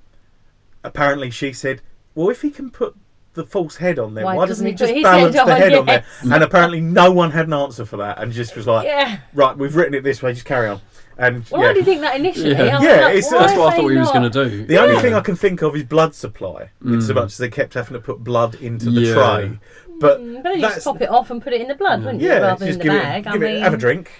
B: apparently she said, "Well, if he can put." The false head on there. Why, doesn't, he
A: put
B: just
A: his
B: balance
A: head
B: the
A: on?
B: head on there?
A: Yes.
B: And apparently, no one had an answer for that, and just was like,
A: Yeah.
B: "Right, we've written it this way. Just carry on." And
A: Well,
B: yeah.
A: I did think that initially.
C: Yeah.
A: I was
B: Yeah,
A: like,
B: it's-
A: why
B: that's
A: have
C: Well, I
A: they
C: thought he was
A: not-
C: going to do.
B: The only thing I can think of is blood supply, in so
C: Mm.
B: much as they kept having to put blood into the
C: Yeah.
B: tray. But
A: Mm, But then you
B: that's-
A: just pop it off and put it in the blood,
C: Mm.
A: wouldn't you?
B: yeah,
A: rather
B: just
A: than
B: give,
A: the
B: it,
A: bag.
B: give
A: I
B: it,
A: mean,
B: have a drink,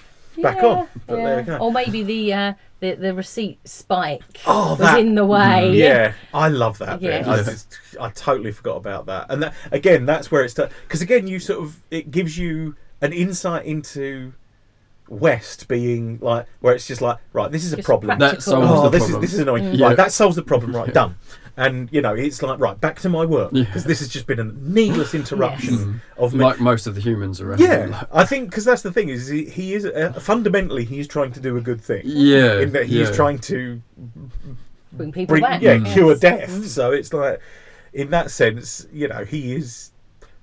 B: back
A: yeah,
B: on. But there you
A: yeah.
B: go.
A: Or maybe the uh, the the receipt spike
B: Oh,
A: was
B: that- Mm,
A: in the way.
B: Yeah, I love that bit. I,
C: Yeah.
B: just, I totally forgot about that. And that, again, that's where it's because again, you sort of it gives you an insight into West being like where it's just like right, this is a
A: Just
B: problem.
A: practical.
C: That solves
B: Oh,
C: the
B: this
C: problem. Mm.
B: is this is annoying.
C: Yeah.
B: Right, that solves the problem. Right, done. And you know, it's like right, back to my work
C: Yeah.
B: because this has just been a needless interruption
C: Mm.
B: of me.
C: like most of the humans around.
B: yeah,
C: Like-
B: I think because that's the thing is he, he is uh, fundamentally he's trying to do a good thing.
C: yeah.
B: in that he's
C: yeah.
B: trying to
A: Bring people
B: bring,
A: back.
B: yeah,
C: Mm.
B: cure death. So it's like, in that sense, you know, he is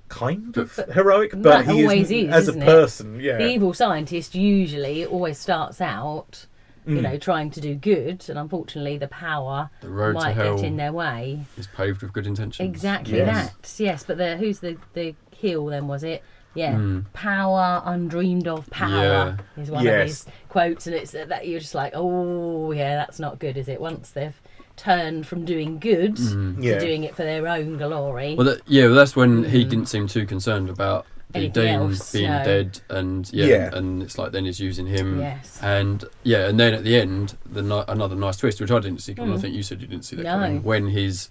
B: kind of
A: But-
B: heroic,
A: that
B: but he
A: always
B: isn't
A: is,
B: as
A: isn't
B: a
A: it?
B: person. Yeah,
A: Mm. The evil scientist usually always starts out, you
B: Mm.
A: know, trying to do good, and unfortunately, the power
C: The road to
A: might
C: hell
A: get in their way.
C: is paved with good intentions.
A: Exactly
B: Yes.
A: that. Yes, but the who's the the heel then was it? Yeah,
B: Hmm.
C: Mm.
A: power undreamed of power is one
B: Yes.
A: of his quotes, and it's uh, that you're just like, oh yeah, that's not good, is it? Once they've turned from doing good
C: Mm.
A: to
B: Hmm. Yeah.
A: doing it for their own glory.
C: Well, that, yeah, well, that's when he
A: Mm.
C: didn't seem too concerned about the
A: Anything
C: Dean
A: else,
C: being
A: no.
C: dead, and yeah,
B: Yeah.
C: and it's like then he's using him.
B: Hmm.
A: yes.
C: And yeah, and then at the end, the ni- another nice twist, which I didn't see coming. I
A: Mm.
C: think you said you didn't see that
A: No.
C: coming. When he's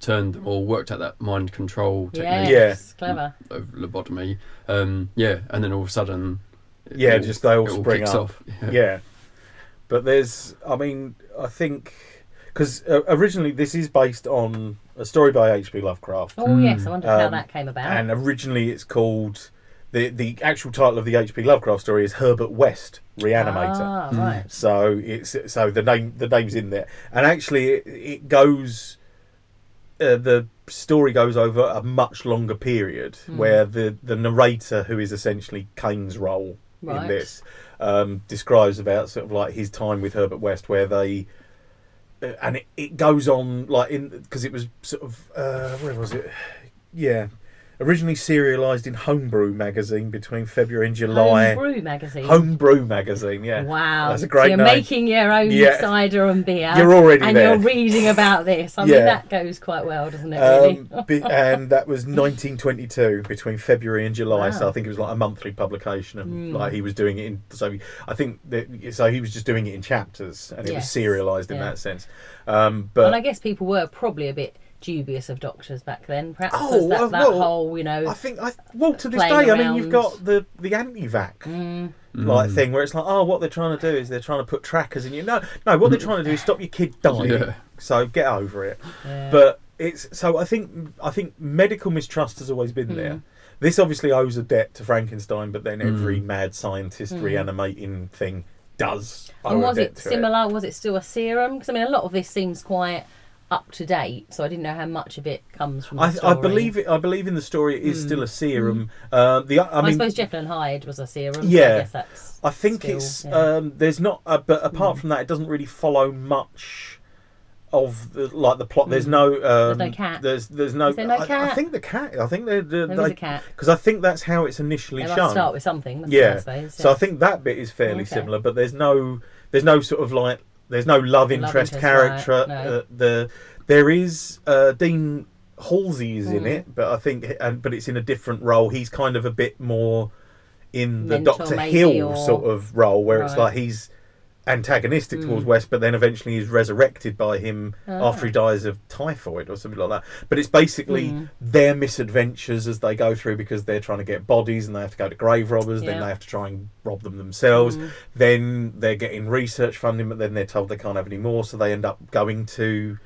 C: turned them all, worked out that mind control technique
A: Yes, clever.
C: of lobotomy. Um, yeah, and then all of a sudden, it
B: yeah,
C: all-
B: just they all
C: it all
B: spring
C: kicks
B: up.
C: off. Yeah.
B: Yeah, but there's, I mean, I think because uh, originally this is based on a story by H.P. Lovecraft.
A: Oh
C: Mm.
A: yes, I wonder how
B: Um,
A: that came about.
B: And originally, it's called the the actual title of the H.P. Lovecraft story is Herbert West Reanimator.
A: Ah,
C: Mm.
A: right.
B: So it's so the name the name's in there, and actually it, it goes. Uh, the story goes over a much longer period
A: Mm.
B: where the the narrator, who is essentially Kane's role Hmm. in
A: Right.
B: this, um, describes about sort of like his time with Herbert West, where they. uh, And it, it goes on like in because it was sort of uh, where was it? Yeah, originally serialized in Homebrew magazine between February
A: Oh,
B: and July.
A: Homebrew magazine.
B: Homebrew magazine, yeah.
A: Wow,
B: That's a great
A: so you're
B: name.
A: making your own
B: Yeah.
A: cider and beer,
B: You're already
A: and
B: there.
A: you're reading about this. I
B: Yeah.
A: mean, that goes quite well, doesn't it? Really?
B: Um, be- and that was 1922 between February and July. So
A: Wow.
B: I think it was like a monthly publication, and
A: Mm.
B: like he was doing it in. So I think that so he was just doing it in chapters, and it was
A: Yes.
B: serialized in
A: Yeah.
B: that sense. Um,
A: well, I
B: but
A: guess people were probably a bit dubious of doctors back then, perhaps.
B: Oh,
A: 'cause that,
B: well,
A: that
B: well,
A: whole, you know,
B: I think I well to this
A: Playing
B: day. I mean, you've
A: around.
B: got the the anti-vac
A: mm,
B: like
C: Mm.
B: thing where it's like, oh, what they're trying to do is they're trying to put trackers in you. No, no, what they're trying to do is stop your kid dying.
C: Yeah.
B: So get over it.
A: Yeah.
B: But it's so I think I think medical mistrust has always been there.
A: Mm.
B: This obviously owes a debt to Frankenstein, but then every
C: Mm.
B: mad scientist
A: Mm.
B: reanimating thing does. owe
A: and
B: a
A: was
B: debt
A: it
B: to
A: similar? Was it still a serum? Because I mean, a lot of this seems quite up to date, so I didn't know how much of it comes from. The
B: I, I
A: story.
B: believe it, I believe in the story. It is
A: Mm.
B: still a serum. Um, the I
A: I,
B: mean,
A: suppose Jekyll and Hyde was a serum. So I
B: Yeah.
A: guess that's.
B: I think
A: still,
B: it's
A: yeah.
B: um, there's not, uh, but apart
A: Mm.
B: from that, it doesn't really follow much of the like the plot. There's
A: Mm.
B: no um,
A: There's no cat.
B: There's there's no.
A: Is there no
B: I- I,
A: cat?
B: think the cat. I think they're, they're,
A: There was
B: they
A: a cat.
B: because I think that's how it's initially
A: They
B: shown.
A: must start with something. mustn't
B: Yeah.
A: They, I suppose.
B: So I
A: yeah.
B: think that bit is fairly
A: Okay.
B: similar, but there's no there's no sort of like there's no love interest,
A: interest,
B: character.
A: right, no.
B: Uh, the there is uh, Dean Halsey is in
A: Mm.
B: it, but I think and but it's in a different role. He's kind of a bit more in the
A: Mentor
B: Doctor
A: maybe,
B: Hill
A: or-
B: sort of role, where it's
A: Right.
B: like he's antagonistic towards
A: Mm.
B: West, but then eventually is resurrected by him
A: Ah.
B: after he dies of typhoid or something like that. But it's basically
A: Mm.
B: their misadventures as they go through because they're trying to get bodies and they have to go to grave robbers, then
A: Yeah.
B: they have to try and rob them themselves.
A: Mm.
B: Then they're getting research funding, but then they're told they can't have any more, so they end up going to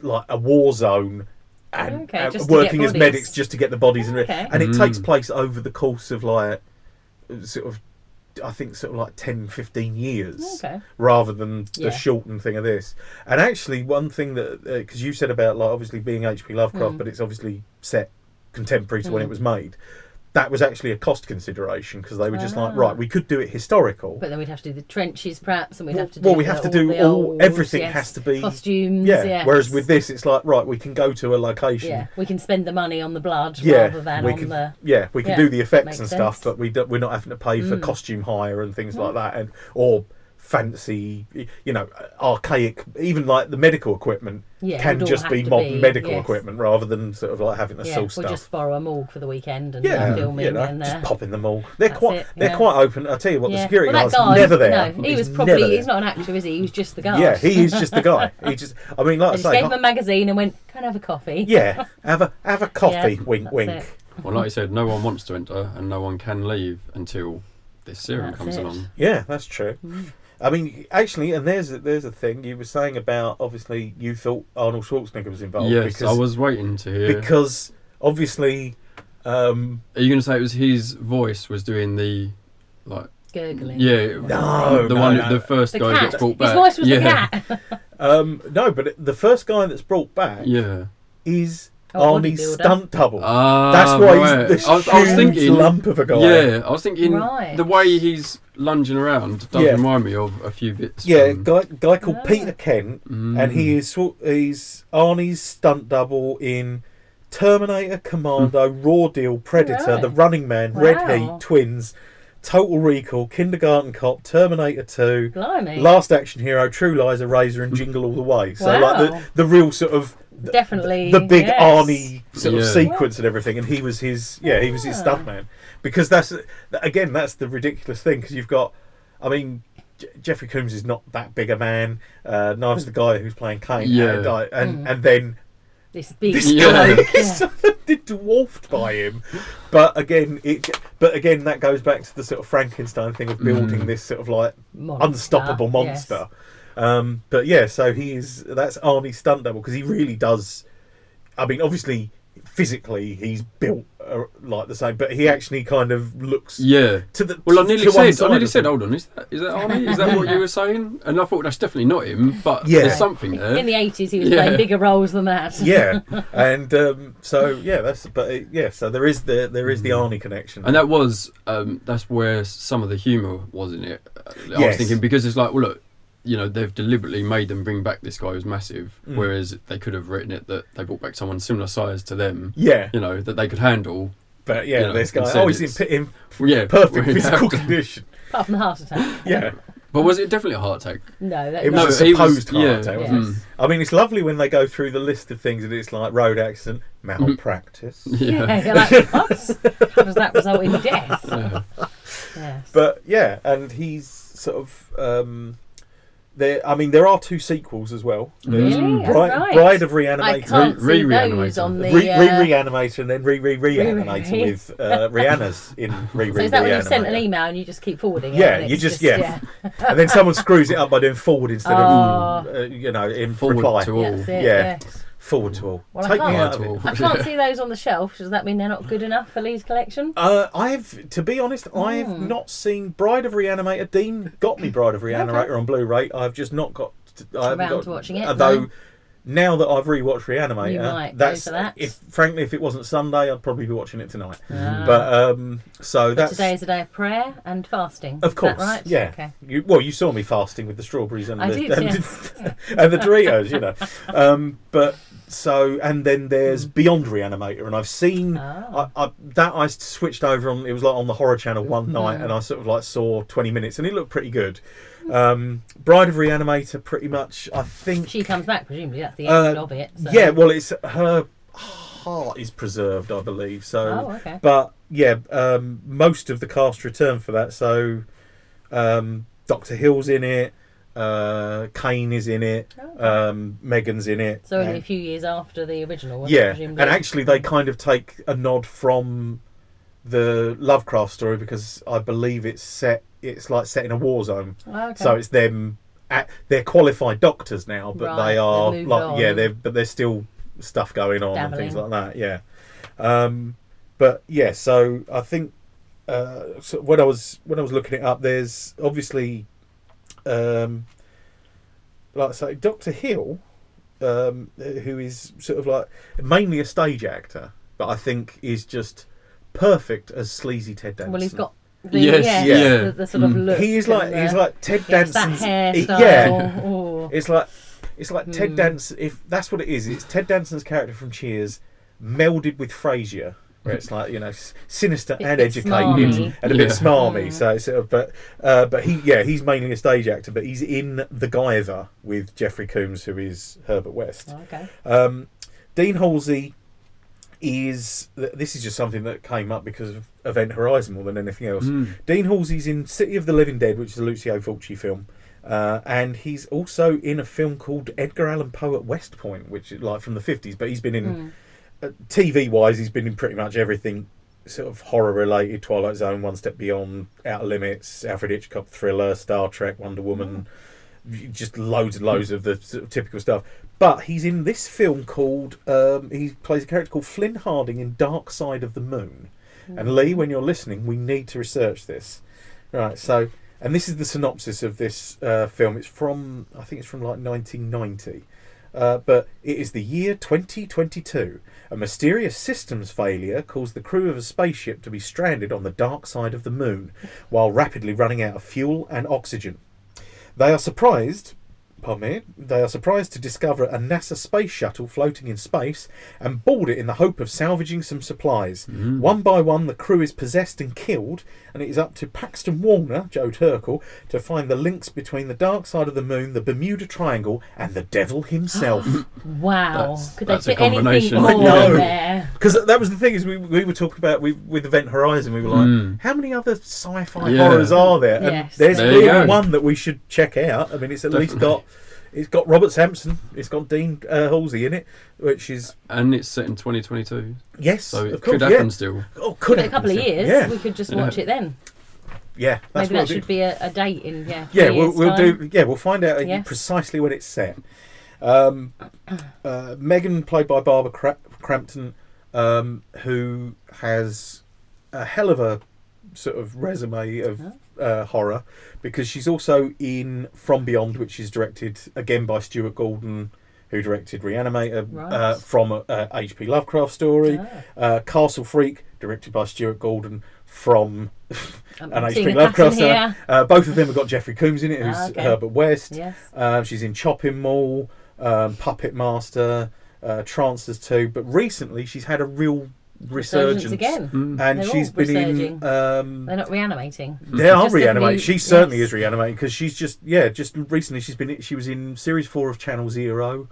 B: like a war zone. And,
A: Okay,
B: and
A: just to get
B: working as
A: bodies.
B: medics just to get the bodies and
A: Okay.
B: and it
C: Mm.
B: takes place over the course of like sort of I think sort of like 10 15 years
A: Okay.
B: rather than
A: Yeah.
B: the shortened thing of this. And actually, one thing that because you said about like obviously being H.P. Lovecraft,
A: Mm.
B: but it's obviously set contemporary to when
A: Mm.
B: it was made. That was actually a cost consideration because they were just like,
A: Ah.
B: right, we could do it historical.
A: But then we'd have to do the trenches, perhaps, and we'd
B: well,
A: have to. Do
B: well, we
A: the-
B: have to
A: all
B: do
A: the
B: all,
A: old-
B: everything
A: yes,
B: has to be.
A: costumes.
B: yeah.
A: yes.
B: Whereas with this, it's like right, we can go to a location.
A: yeah, we can spend the money on the blood
B: Yeah,
A: rather than
B: we
A: on
B: can-
A: the.
B: Yeah, we can
A: Yeah,
B: do the effects
A: makes
B: and stuff,
A: sense.
B: but we don't, we're not having to pay for
A: Mm.
B: costume hire and things
A: Mm.
B: like that, and or fancy, you know, archaic, even like the medical equipment
A: Yeah,
B: can
A: would all
B: just
A: have
B: be
A: to
B: modern medical
A: yes.
B: equipment rather than sort of like having to
A: Yeah,
B: sell
A: we'll
B: stuff.
A: just borrow a morgue for the weekend and
B: yeah,
A: uh, filming
B: you know,
A: and uh,
B: just popping them all. They're
A: that's
B: quite,
A: it,
B: they're
A: yeah.
B: quite open. I tell you what, the
A: yeah.
B: security
A: well, that
B: guard's
A: guy,
B: never there.
A: No, he was
B: never
A: probably
B: there.
A: he's not an actor, is he? He was just the guy.
B: Yeah, he is just the guy. He just, I mean,
A: I
B: like I
A: just
B: say, oh,
A: gave him a magazine and went, "Can I have a coffee?"
B: yeah, have a have a coffee,
A: Yeah,
B: wink,
A: that's
B: wink.
A: it.
C: Well, like you said, no one wants to enter and no one can leave until this serum
A: That's
C: comes
A: it.
C: along.
B: Yeah, that's true.
A: Mm.
B: I mean, actually, and there's a, there's a thing you were saying about. Obviously, you thought Arnold Schwarzenegger was involved.
C: yes,
B: because,
C: I was waiting to hear.
B: because obviously, um,
C: Are you going to say it was his voice was doing the, like,
A: Gurgling.
C: yeah,
B: No,
C: the
B: no,
C: one,
B: no.
C: the first
A: The
C: guy
A: cat.
C: gets
A: His
C: brought back.
A: voice was
C: yeah,
A: the cat.
B: um, no, but it- the first guy that's brought back
C: yeah.
B: is
A: Oh,
B: Arnie's
A: bodybuilder.
B: stunt double.
C: Ah,
B: that's why
C: right.
B: he's this
C: I, was- I was
B: huge
C: thinking,
B: lump of a guy.
C: yeah, I was thinking
A: Right.
C: the way he's lunging around does
B: Yeah.
C: remind me of a few bits.
B: Yeah, a
C: from-
B: guy, guy called
A: Ah.
B: Peter Kent,
C: Mm.
B: and he is sw- he's Arnie's stunt double in Terminator, Commando, Raw Deal, Predator,
A: Right.
B: The Running Man, Red
A: Wow.
B: Heat, Twins, Total Recall, Kindergarten Cop, Terminator Two,
A: Blimey.
B: Last Action Hero, True Lies, Eraser, and Jingle All the Way. So
A: Wow.
B: like the the real sort of the-
A: Definitely,
B: the big
A: yes.
B: Arnie sort of
C: Yeah.
B: sequence and everything, and he was his yeah he was his
A: Ah.
B: stuntman because that's again that's the ridiculous thing because you've got I mean. Je- Jeffrey Coombs is not that big a man. Uh, Knives the guy who's playing Kane,
C: Yeah.
B: and, I- and,
A: Mm.
B: and then
A: This big.
B: this
C: Yeah.
B: guy is
A: Yeah.
B: suddenly dwarfed by him. But again, it. But again, that goes back to the sort of Frankenstein thing of building
C: Mm.
B: this sort of like
A: monster,
B: unstoppable
A: yes.
B: monster. Um, but yeah, so he is that's Arnie's stunt double because he really does. I mean, obviously, physically he's built uh, like the same, but he actually kind of looks
C: yeah.
B: to the.
C: Well, I
B: to
C: nearly
B: one
C: said, I
B: side
C: nearly
B: of
C: said, oh,
B: him.
C: hold on, is that, is that Arnie? Is that what you were saying? And I thought that's definitely not him, but
B: Yeah.
C: there's something there.
A: In the eighties, he was
C: Yeah.
A: playing bigger roles than that.
B: yeah, and um, so yeah, that's but it, yeah, so there is the there is the
C: Mm.
B: Arnie connection,
C: and that was um, that's where some of the humour was in it. Uh, I was
B: Yes.
C: thinking because it's like, well, look, you know, they've deliberately made them bring back this guy who's massive,
B: Mm.
C: whereas they could have written it that they brought back someone similar size to them,
B: yeah,
C: you know, that they could handle.
B: but yeah,
C: you know,
B: this guy
C: instead
B: oh, he's in,
C: it's-
B: pi- in
C: Well, yeah,
B: perfect
C: we have
B: physical
C: to-
B: condition,
A: Apart from the heart attack.
B: yeah.
C: But was it definitely a heart attack?
A: No, that
B: It
A: no,
B: was a
C: he
B: supposed heart attack,
A: wasn't it?
C: mm,
B: I mean, it's lovely when they go through the list of things, and it's like road accident,
C: Mm-hmm.
B: malpractice,
C: Mm. Yeah.
A: you're like, what? How does that result in death?
C: yeah.
A: Yes.
B: But yeah, and he's sort of um, there, I mean, there are two sequels as well.
C: Mm.
B: There's
A: Really?
B: Bri-
A: Right.
B: Bride of
A: I
B: Reanimator.
A: can't
C: Re-
A: see those
C: re-reanimator.
A: on the.
B: Re re
A: uh,
B: reanimator and then re re reanimator
A: Re-
B: with uh, Rihanna's in re
A: so
B: re
A: is that when you sent an
B: reanimator.
A: email and you just keep forwarding it?
B: Yeah,
A: and
B: you
A: it's
B: just- yeah. And then someone screws it up by doing forward instead of
A: Oh.
B: uh, you know in
C: Forward
B: reply
C: to all.
A: yeah, that's it,
B: Yeah.
A: yes.
B: forward to all.
A: Well, I
B: Take me
A: can't.
B: out of it.
C: Forward to all.
A: I can't see those on the shelf. Does that mean they're not good enough for Lee's collection?
B: Uh, I've, to be honest, I've
A: Mm.
B: not seen Bride of Reanimator. Dean got me Bride of Reanimator on Blu-ray. I've just not got. To, I haven't
A: Around
B: got,
A: to watching it,
B: Although
A: no.
B: now that I've rewatched Reanimator,
A: You might go
B: that's
A: for that.
B: if frankly, if it wasn't Sunday, I'd probably be watching it tonight.
A: Ah.
B: But um, so
A: But
B: that's
A: today is a day of prayer and fasting.
B: Of
A: Is
B: course,
A: that right?
B: yeah.
A: Okay.
B: You, well, you saw me fasting with the strawberries and
A: I
B: the
A: did,
B: and,
A: yes.
B: and the Doritos, you know. Um, but so and then there's Beyond Reanimator, and I've seen
A: Hmm. Ah.
B: I, I, that I switched over on. It was like on the horror channel
A: Mm-hmm.
B: one night, and I sort of like saw 20 minutes, and it looked pretty good. Um, Bride of Reanimator, pretty much. I think
A: She comes back, presumably. That's the
B: Uh,
A: end of it. So.
B: yeah, well, it's her heart is preserved, I believe. So,
A: Oh, okay.
B: but yeah, um, most of the cast return for that. So, um, Doctor Hill's in it. Uh, Kane is in it. Um, Megan's in it.
A: Oh, So only a
B: and,
A: few years after the original one.
B: yeah, and
A: presumably.
B: actually, they kind of take a nod from the Lovecraft story because I believe it's set. It's like set in a war zone.
A: Oh, okay.
B: So it's them. At, they're qualified doctors now, but
A: Right,
B: they are
A: they've moved
B: like yeah,
A: on.
B: they're but there's still stuff going on and things like
A: Dabbling.
B: that. Yeah, um, but yeah. So I think uh, so when I was when I was looking it up, there's obviously um, like I say, Doctor Hill, um, who is sort of like mainly a stage actor, but I think is just perfect as sleazy Ted Danson.
A: well, he's got the,
C: Yes,
A: yeah,
C: yeah.
A: The, the sort of
C: Mm.
A: look.
B: Hmm. he is like
A: and the-
B: he's like Ted
A: yeah, it's
B: Danson's
A: that
B: he-
A: hairstyle.
B: yeah.
A: or-
B: It's like it's like Ted
A: Hmm.
B: Danson. If that's what it is, it's Ted Danson's character from Cheers melded with Frasier, where it's like you know s- sinister
A: Bit-
B: and
A: bit
B: educated
A: smarmy.
B: and a bit
C: Yeah.
B: smarmy.
A: Hmm.
B: So it's sort of, but uh, but he yeah he's mainly a stage actor, but he's in The Guyver with Jeffrey Coombs, who is Herbert West.
A: Oh, okay.
B: Um, Dean Halsey is th- this is just something that came up because of Event Horizon more than anything else.
C: Mm.
B: Dean Halsey's in City of the Living Dead, which is a Lucio Fulci film, uh, and he's also in a film called Edgar Allan Poe at West Point, which is like from the fifties. But he's been in
A: Mm.
B: uh, TV wise, he's been in pretty much everything sort of horror related: Twilight Zone, One Step Beyond, Outer Limits, Alfred Hitchcock thriller, Star Trek, Wonder Woman, just loads and loads of the sort of typical stuff. But he's in this film called um, he plays a character called Flynn Harding in Dark Side of the Moon. And Lee, when you're listening, we need to research this. Right, so and this is the synopsis of this uh, film. It's from I think it's from like 1990. Uh, but it is the year 2022. A mysterious systems failure caused the crew of a spaceship to be stranded on the dark side of the moon while rapidly running out of fuel and oxygen. They are surprised, pardon me, they are surprised to discover a NASA space shuttle floating in space and board it in the hope of salvaging some supplies. One by one, the crew is possessed and killed, and it is up to Paxton Warner, Joe Turkel, to find the links between the dark side of the moon, the Bermuda Triangle, and the devil himself.
A: Wow.
C: That's-
A: Could
C: that's
A: they
C: a
A: fit anything
C: combination.
A: more
C: I
B: know.
A: there?
B: Because that was the thing is we, we were talking about we, with Event Horizon we were like
C: Mm.
B: how many other sci-fi
C: Yeah.
B: horrors are there and
A: Yes.
B: there's
C: There you
B: clearly
C: go.
B: one that we should check out I mean it's at least got
C: Definitely.
B: it's got Robert Sampson it's got Dean uh, Halsey in it which is
C: And it's set in 2022,
B: yes
C: so it
B: of course
C: could happen
B: yeah
C: still.
B: oh could
A: In a couple of
B: happen,
A: years,
B: yeah
A: we could just watch
C: Yeah.
A: it then.
B: yeah that's
A: Maybe
B: what
A: that should be a, a date in yeah.
B: yeah
A: three
B: we'll,
A: years'
B: we'll
A: time.
B: do yeah we'll find out uh,
A: Yes.
B: precisely when it's set um, uh, Megan played by Barbara Cra- Crampton um, who has a hell of a sort of resume of uh, horror because she's also in From Beyond which is directed again by Stuart Gordon who directed Reanimator uh,
A: Right.
B: from uh, H.P. Lovecraft story
A: Ah.
B: uh, Castle Freak directed by Stuart Gordon from
A: Oh, I'm
B: an
A: seeing
B: H.P.
A: a pattern
B: Lovecraft story.
A: here.
B: Uh, both of them have got Jeffrey Coombs in it, who's
A: Ah, okay.
B: Herbert West.
A: Yes.
B: Um, she's in Chopping Mall, um, Puppet Master, uh, Trancers too. But recently, she's had a real resurgence,
A: Resurgence again.
C: Mm.
B: and
A: They're
B: she's
A: all
B: been
A: resurging.
B: in. Um,
A: They're not reanimating.
B: they are
A: Just a
B: reanimated.
A: new-
B: She certainly
A: yes.
B: is reanimated because she's just yeah. Just recently, she's been she was in series four of Channel Zero,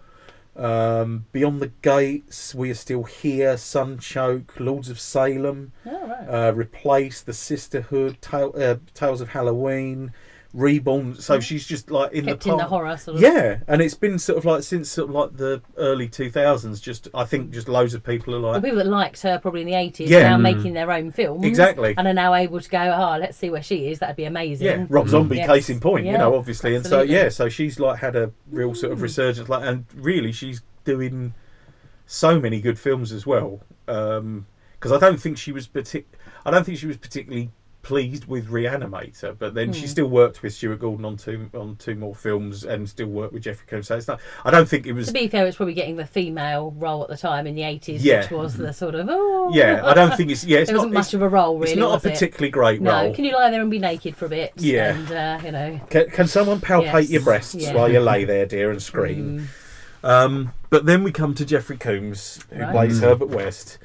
B: um, Beyond the Gates, We Are Still Here, Sunchoke, Lords of Salem
A: Oh, right.
B: uh, replace the Sisterhood, tale, uh, Tales of uh, Halloween, reborn. So she's just like in
A: kept
B: the
A: in the
B: past.
A: horror sort of.
B: Yeah, and it's been sort of like since sort of like the early two thousands. Just I think just loads of people are
A: The
B: like
A: people that liked her probably in the 80s
B: Yeah.
A: are now
C: Mm.
A: making their own films.
B: exactly.
A: And are now able to go, oh, let's see where she is. That'd be amazing.
B: Yeah, Rob
C: Mm.
B: Zombie,
A: Yes.
B: case in point, you
A: Yeah,
B: know, obviously,
A: absolutely. Mm.
B: and so yeah, so she's like had a real sort of resurgence, like, and really she's doing so many good films as well. Because I don't think she was partic- I don't think she was particularly pleased with Reanimator, but then she
A: Mm.
B: still worked with Stuart Gordon on two on two more films, and still worked with Jeffrey Combs. So it's not, I don't think it was
A: To be fair, it's probably getting the female role at the time in the 80s,
B: Yeah. Mm-hmm.
A: which was the sort of, oh.
B: Yeah, I don't think it's yeah. It's
A: There
B: not,
A: wasn't
B: it's,
A: much of a role, really.
B: it's not a
A: was it?
B: particularly great
A: No,
B: role.
A: can you lie there and be naked for a bit?
B: Yeah.
A: And, uh, you know.
B: Can, can someone palpate
A: Yes,
B: your breasts
A: yeah.
B: while you lay there, dear, and scream?
A: mm,
B: Um, but then we come to Jeffrey Coombs, who
A: Right.
B: plays
C: Mm.
B: Herbert West.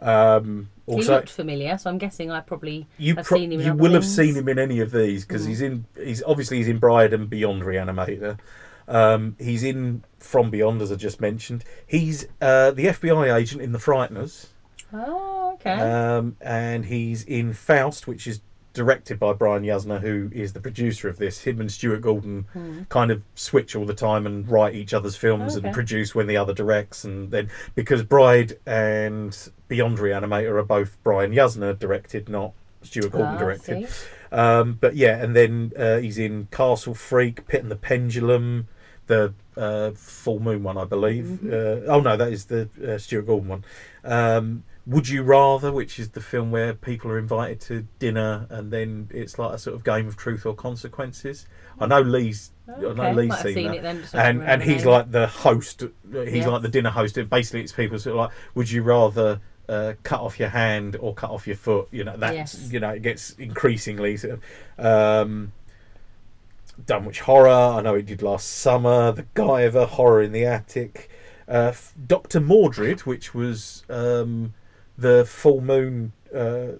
B: Um,
A: he
B: also,
A: looked familiar, so I'm guessing I probably.
B: you
A: I've
B: pro-
A: seen him in
B: you
A: other
B: will have
A: things. Mm.
B: seen him in any of these because he's in. He's obviously he's in Bride and Beyond Reanimator. Um, he's in From Beyond, as I just mentioned. He's uh, the FBI agent in The Frighteners.
A: Oh, okay.
B: Um, and he's in Faust, which is directed by Brian Yasner, who is the producer of this. Him and Stuart Gordon
A: Hmm.
B: kind of switch all the time and write each other's films
A: Okay.
B: and produce when the other directs. And then because Bride and Beyond Reanimator are both Brian Yasner directed, not Stuart Gordon
A: Ah,
B: directed.
A: see.
B: Um, but yeah, and then uh, he's in Castle Freak, Pit and the Pendulum, the uh, Full Moon one, I believe.
A: Mm-hmm.
B: Uh, oh no, that is the uh, Stuart Gordon one. Um, Would You Rather, which is the film where people are invited to dinner, and then it's like a sort of game of truth or consequences. I know Lee's. I know
A: Okay,
B: Lee's
A: might have
B: seen,
A: seen
B: that
A: it then. just don't
B: and and
A: remember
B: he's
A: the name.
B: like the host. He's
A: Yeah.
B: like the dinner host. And Basically, it's people sort of like, would you rather uh, cut off your hand or cut off your foot? You know, that's
A: Yes.
B: you know, it gets increasingly sort of. Um, Dunwich Horror. I know it did last summer. The Guyver Horror in the Attic. Uh, Doctor Mordred, which was um, the Full Moon uh,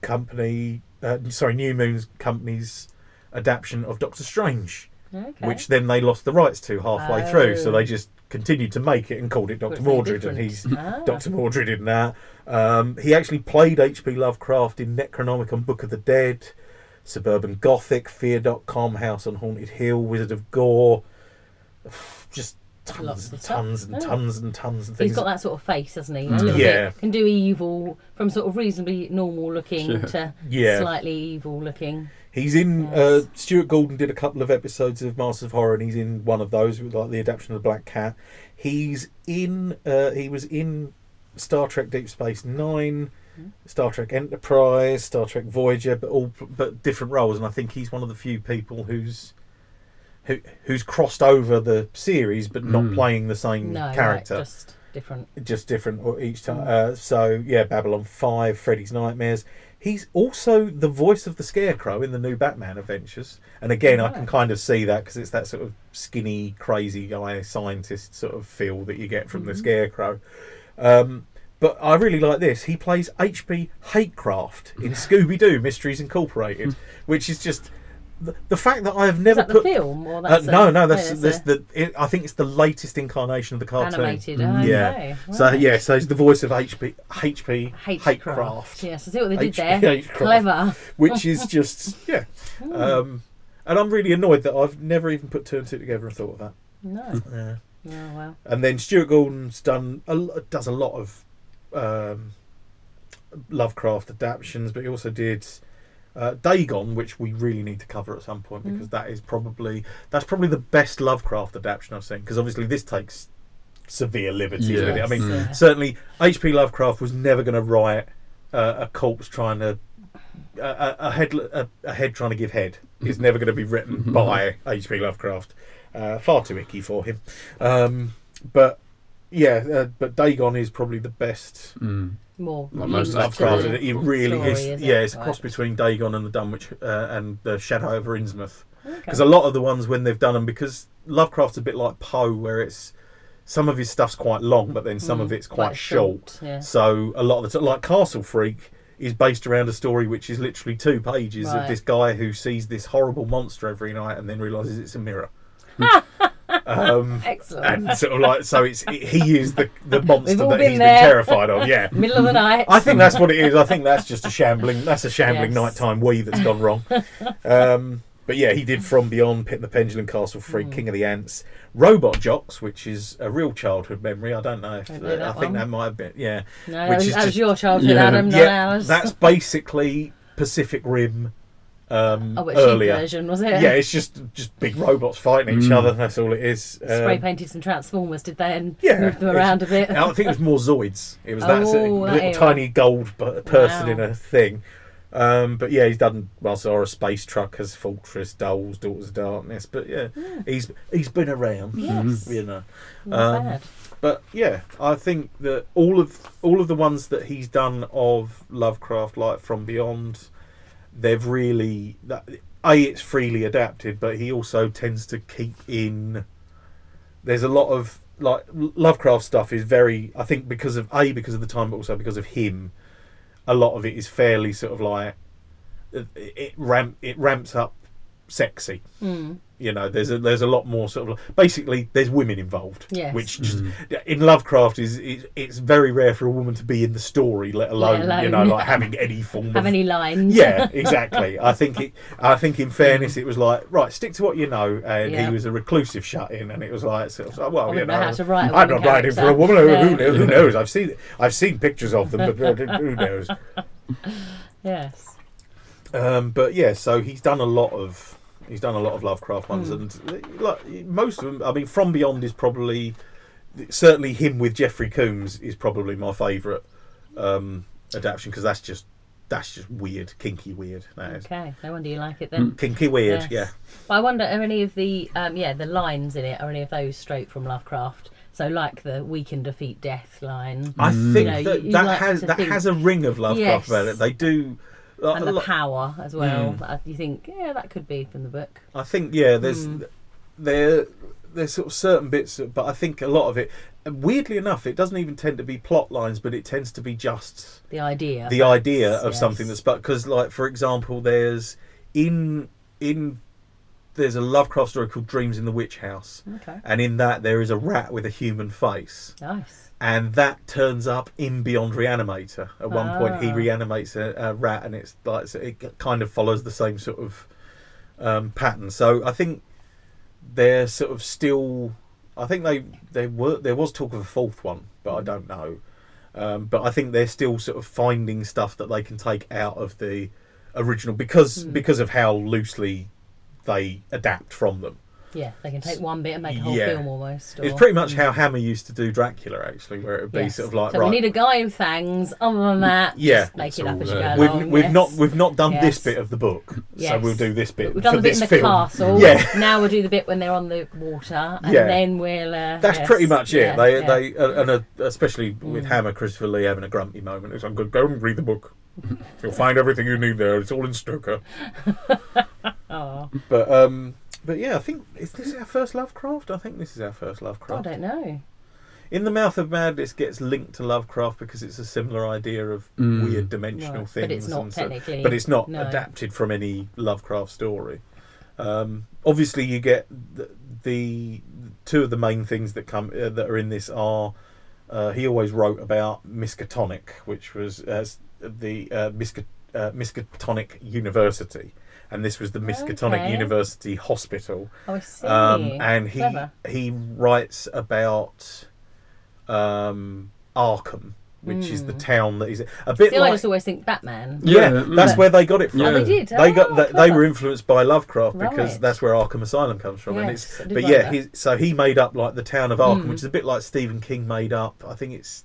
B: company. Uh, sorry, New Moon's company's adaptation of Doctor Strange
A: Okay.
B: which then they lost the rights to halfway through. So
A: Oh.
B: they just continued to make it and called it
A: Well,
B: Dr.
A: it's
B: Mordred, and
A: different.
B: he's
A: Ah.
B: Dr. Mordred in that. Um, he actually played H.P. Lovecraft in Necronomicon, Book of the Dead, Suburban Gothic, Fear.com, House on Haunted Hill, Wizard of Gore. Just
A: Lots
B: tons
A: of
B: and
A: stuff.
B: tons and
A: Oh.
B: tons and tons of
A: He's
B: things.
A: got that sort of face, hasn't he? A
C: Mm.
A: little
B: Yeah.
A: bit can do evil from sort of reasonably normal looking
C: Sure.
A: to
B: Yeah.
A: slightly evil looking.
B: He's in.
A: Yes.
B: Uh, Stuart Gordon did a couple of episodes of Masters of Horror, and he's in one of those, with like the adaptation of the Black Cat. He's in. Uh, he was in Star Trek: Deep Space Nine,
A: Mhm.
B: Star Trek Enterprise, Star Trek Voyager, but all but different roles. And I think he's one of the few people who's who, who's crossed over the series, but not
C: Mm.
B: playing the same
A: No,
B: character
A: Like just different.
B: just different or each time. Uh, so yeah, Babylon Five, Freddy's Nightmares. He's also the voice of the Scarecrow in the new Batman Adventures, and again, I can
A: Right.
B: kind of see that because it's that sort of skinny, crazy guy scientist sort of feel that you get from the
A: Mhm.
B: Scarecrow. Um, but I really like this. He plays H.P. Hatecraft in Scooby Doo Mysteries Incorporated, which is just the, the fact that I have
A: Hmm. Is
B: never
A: that the
B: put.
A: film or
B: Uh,
A: that's
B: no,
A: a-
B: no, that's,
A: oh,
B: that's
A: a
B: the. It, I think it's the latest incarnation of the cartoon.
A: animated.
C: Mm.
A: Oh,
B: Yeah.
A: okay.
B: So
A: Right.
B: yeah, so it's the voice of HP HP
A: Hatecraft.
B: Hatecraft,
A: Yes, I see what they did
B: HP,
A: there.
B: Hatecraft.
A: Clever.
B: which is just yeah. Um, and I'm really annoyed that I've never even put two and two together and thought of
A: No.
B: that. Yeah.
A: Oh well.
B: And then Stuart Gordon's done a, lo- does a lot of um, Lovecraft adaptions, but he also did uh, Dagon, which we really need to cover at some point
A: Mm.
B: because that is probably that's probably the best Lovecraft adaptation I've seen because obviously this takes severe liberties with it. I
A: Yes,
B: mean,
C: Mm.
A: uh,
B: certainly H.P. Lovecraft was never going to write uh, a corpse trying to a, a, a head a, a head trying to give head is never going to be written by H.P. Lovecraft. Uh, far too icky for him. Um, but yeah, uh, but Dagon is probably the best
C: Mm.
A: more
C: Like most
A: linked to
B: Lovecraft.
A: the
B: It really
A: story,
B: is.
A: is it?
B: yeah, it's a
A: Right.
B: cross between Dagon and the Dunwich uh, and the Shadow over Innsmouth
A: Okay.
B: because a lot of the ones when they've done them because Lovecraft's a bit like Poe where it's some of his stuff's quite long but then some
A: Mm,
B: of it's quite,
A: short.
B: short.
A: Yeah.
B: So a lot of the t- like Castle Freak is based around a story which is literally two pages
A: Right.
B: of this guy who sees this horrible monster every night and then realizes it's a mirror. um,
A: Excellent.
B: and sort of like so it's it, he is the the monster
A: all
B: that
A: been
B: he's
A: there.
B: been terrified of. Yeah.
A: Middle of the night.
B: Mm. I think that's what it is. I think that's just a shambling. That's a shambling
A: Yes.
B: nighttime wee that's gone wrong. Um, But yeah, he did From Beyond, Pit and the Pendulum, Castle Free,
A: Mm.
B: King of the Ants, Robot Jocks, which is a real childhood memory. I don't know if
A: Don't
B: the-
A: know that
B: I think
A: one.
B: that might have been yeah.
A: No, that
B: Which
A: was,
B: is
A: that was
B: just-
A: your childhood,
C: Yeah.
A: Adam, not
B: yeah,
A: ours.
B: that's basically Pacific Rim um,
A: oh, but cheap
B: earlier.
A: version was it?
B: Yeah. it's just just big robots fighting each
C: Mm.
B: other. That's all it is.
A: Spray
B: Um,
A: painted some Transformers, did they, and
B: yeah,
A: moved them
B: it's-
A: around a bit.
B: I think it was more Zoids. It was that
A: Oh,
B: sort of
A: that
B: little
A: era.
B: tiny gold b- person
A: Wow.
B: in a thing. Um, but yeah, he's done Marsara Space Truckers, Fortress, Dolls, Daughters of Darkness. But yeah, he's he's been around.
A: Hmm. Yes.
B: You know.
A: Not
B: Mm-hmm. Um,
A: bad.
B: But yeah, I think that all of all of the ones that he's done of Lovecraft, like From Beyond, they've really that, a it's freely adapted, but he also tends to keep in. There's a lot of like Lovecraft stuff is very I think because of a because of the time, but also because of him, a lot of it is fairly sort of like it, it ramp it ramps up sexy
A: Mm.
B: you know there's a there's a lot more sort of basically there's women involved
A: Yes.
B: which just in lovecraft is it's, it's very rare for a woman to be in the story let alone, you know
A: alone.
B: like having any form
A: Have
B: of
A: any lines?
B: yeah exactly i think it i think in fairness it was like right stick to what you know and
A: Yeah.
B: he was a reclusive shut in and it was like sort of like,
A: I
B: well you
A: wouldn't know,
B: know
A: how to write. a
B: I'm
A: woman
B: not writing for a
A: character.
B: woman. Who,
A: No.
B: who, knows? who knows? I've seen I've seen pictures of them, but who knows?
A: Yes.
B: Um, but yeah, so he's done a lot of he's done a lot of Lovecraft ones,
A: Hmm.
B: and uh, like most of them, I mean, From Beyond is probably certainly him with Jeffrey Coombs is probably my favourite um, adaptation because that's just that's just weird, kinky weird. That is.
A: Okay. No wonder you like it then.
B: Kinky weird,
A: Yes.
B: yeah.
A: But I wonder, are any of the um, yeah the lines in it are any of those straight from Lovecraft? So like the we can defeat death line
B: I think
A: know,
B: that
A: you- you
B: that
A: like
B: has
A: to
B: that
A: think-
B: has a ring of
A: Yes.
B: Lovecraft about it. They do. uh,
A: and the
B: lo- Mm.
A: power as well. Uh, You think yeah that could be from the book.
B: I think yeah, there's
A: Hmm.
B: there there's sort of certain bits, but I think a lot of it. Weirdly enough, it doesn't even tend to be plot lines, but it tends to be just
A: The idea.
B: the idea of
A: yes.
B: something that's but because like for example, there's in in there's a Lovecraft story called Dreams in the Witch House,
A: okay.
B: and in that there is a rat with a human face,
A: Nice.
B: and that turns up in Beyond Reanimator. At one point, he
A: Ah.
B: reanimates a, a rat, and it's like so it kind of follows the same sort of um, pattern. So I think they're sort of still. I think they they were there was talk of a fourth one, but I don't know. Um, but I think they're still sort of finding stuff that they can take out of the original
A: Hmm.
B: because because of how loosely they adapt from them.
A: Yeah, they can take one bit and make a whole
B: Yeah.
A: film almost. Or...
B: It's pretty much how Hammer used to do Dracula, actually, where it would be
A: Hmm. Yes.
B: sort of like
A: so
B: right.
A: we need a guy with fangs. Other than that,
B: Yeah. uh,
A: just make
C: It's
A: it up
C: all
A: as you
C: there.
A: go
B: We've,
A: along.
B: we've
A: yes.
B: not we've not done
A: Yes.
B: this bit of the book, so
A: Yes.
B: we'll do this bit.
A: We've done
B: for
A: the bit in
B: this
A: the
B: film.
A: castle.
B: Yeah.
A: Now we'll do the bit when they're on the water, and
B: Yeah.
A: then we'll. Uh,
B: That's
A: yes,
B: pretty much it.
A: yeah,
B: they
A: yeah. Mm.
B: they uh, and uh, especially with Hammer, Christopher Lee having a grumpy moment. It's like go go and read the book. You'll find everything you need there. It's all in Stoker.
A: Oh,
B: But um, but yeah, I think is this our first Lovecraft? I think this is our first
A: I
B: Lovecraft.
A: don't know.
B: In the Mouth of Madness gets linked to Lovecraft because it's a similar idea of
C: Mm.
B: weird dimensional
A: Right,
B: things.
A: but it's not
B: and so-
A: technically.
B: but it's not
A: no.
B: adapted from any Lovecraft story. Um, obviously, you get the, the two of the main things that come uh, that are in this are uh, he always wrote about Miskatonic, which was uh, the uh, Miska, uh, Miskatonic University, and this was the Miskatonic
A: Okay.
B: University Hospital.
A: Oh, I see.
B: Um, and he
A: Clever.
B: he writes about um, Arkham, which is the
A: Mm.
B: town that is a bit
A: See, I
B: like
A: just always think Batman.
B: yeah,
C: Yeah,
B: that's
A: mm.
B: where they got it from.
A: Oh, they
C: Yeah.
A: did.
B: They
A: Oh,
B: got that. They
A: clever.
B: were influenced by Lovecraft because
A: Right.
B: that's where Arkham Asylum comes from, and
A: Yes,
B: it's.
A: I did
B: But
A: like
B: yeah,
A: that.
B: he, so he made up like the town of Arkham,
A: Mm.
B: which is a bit like Stephen King made up. I think it's.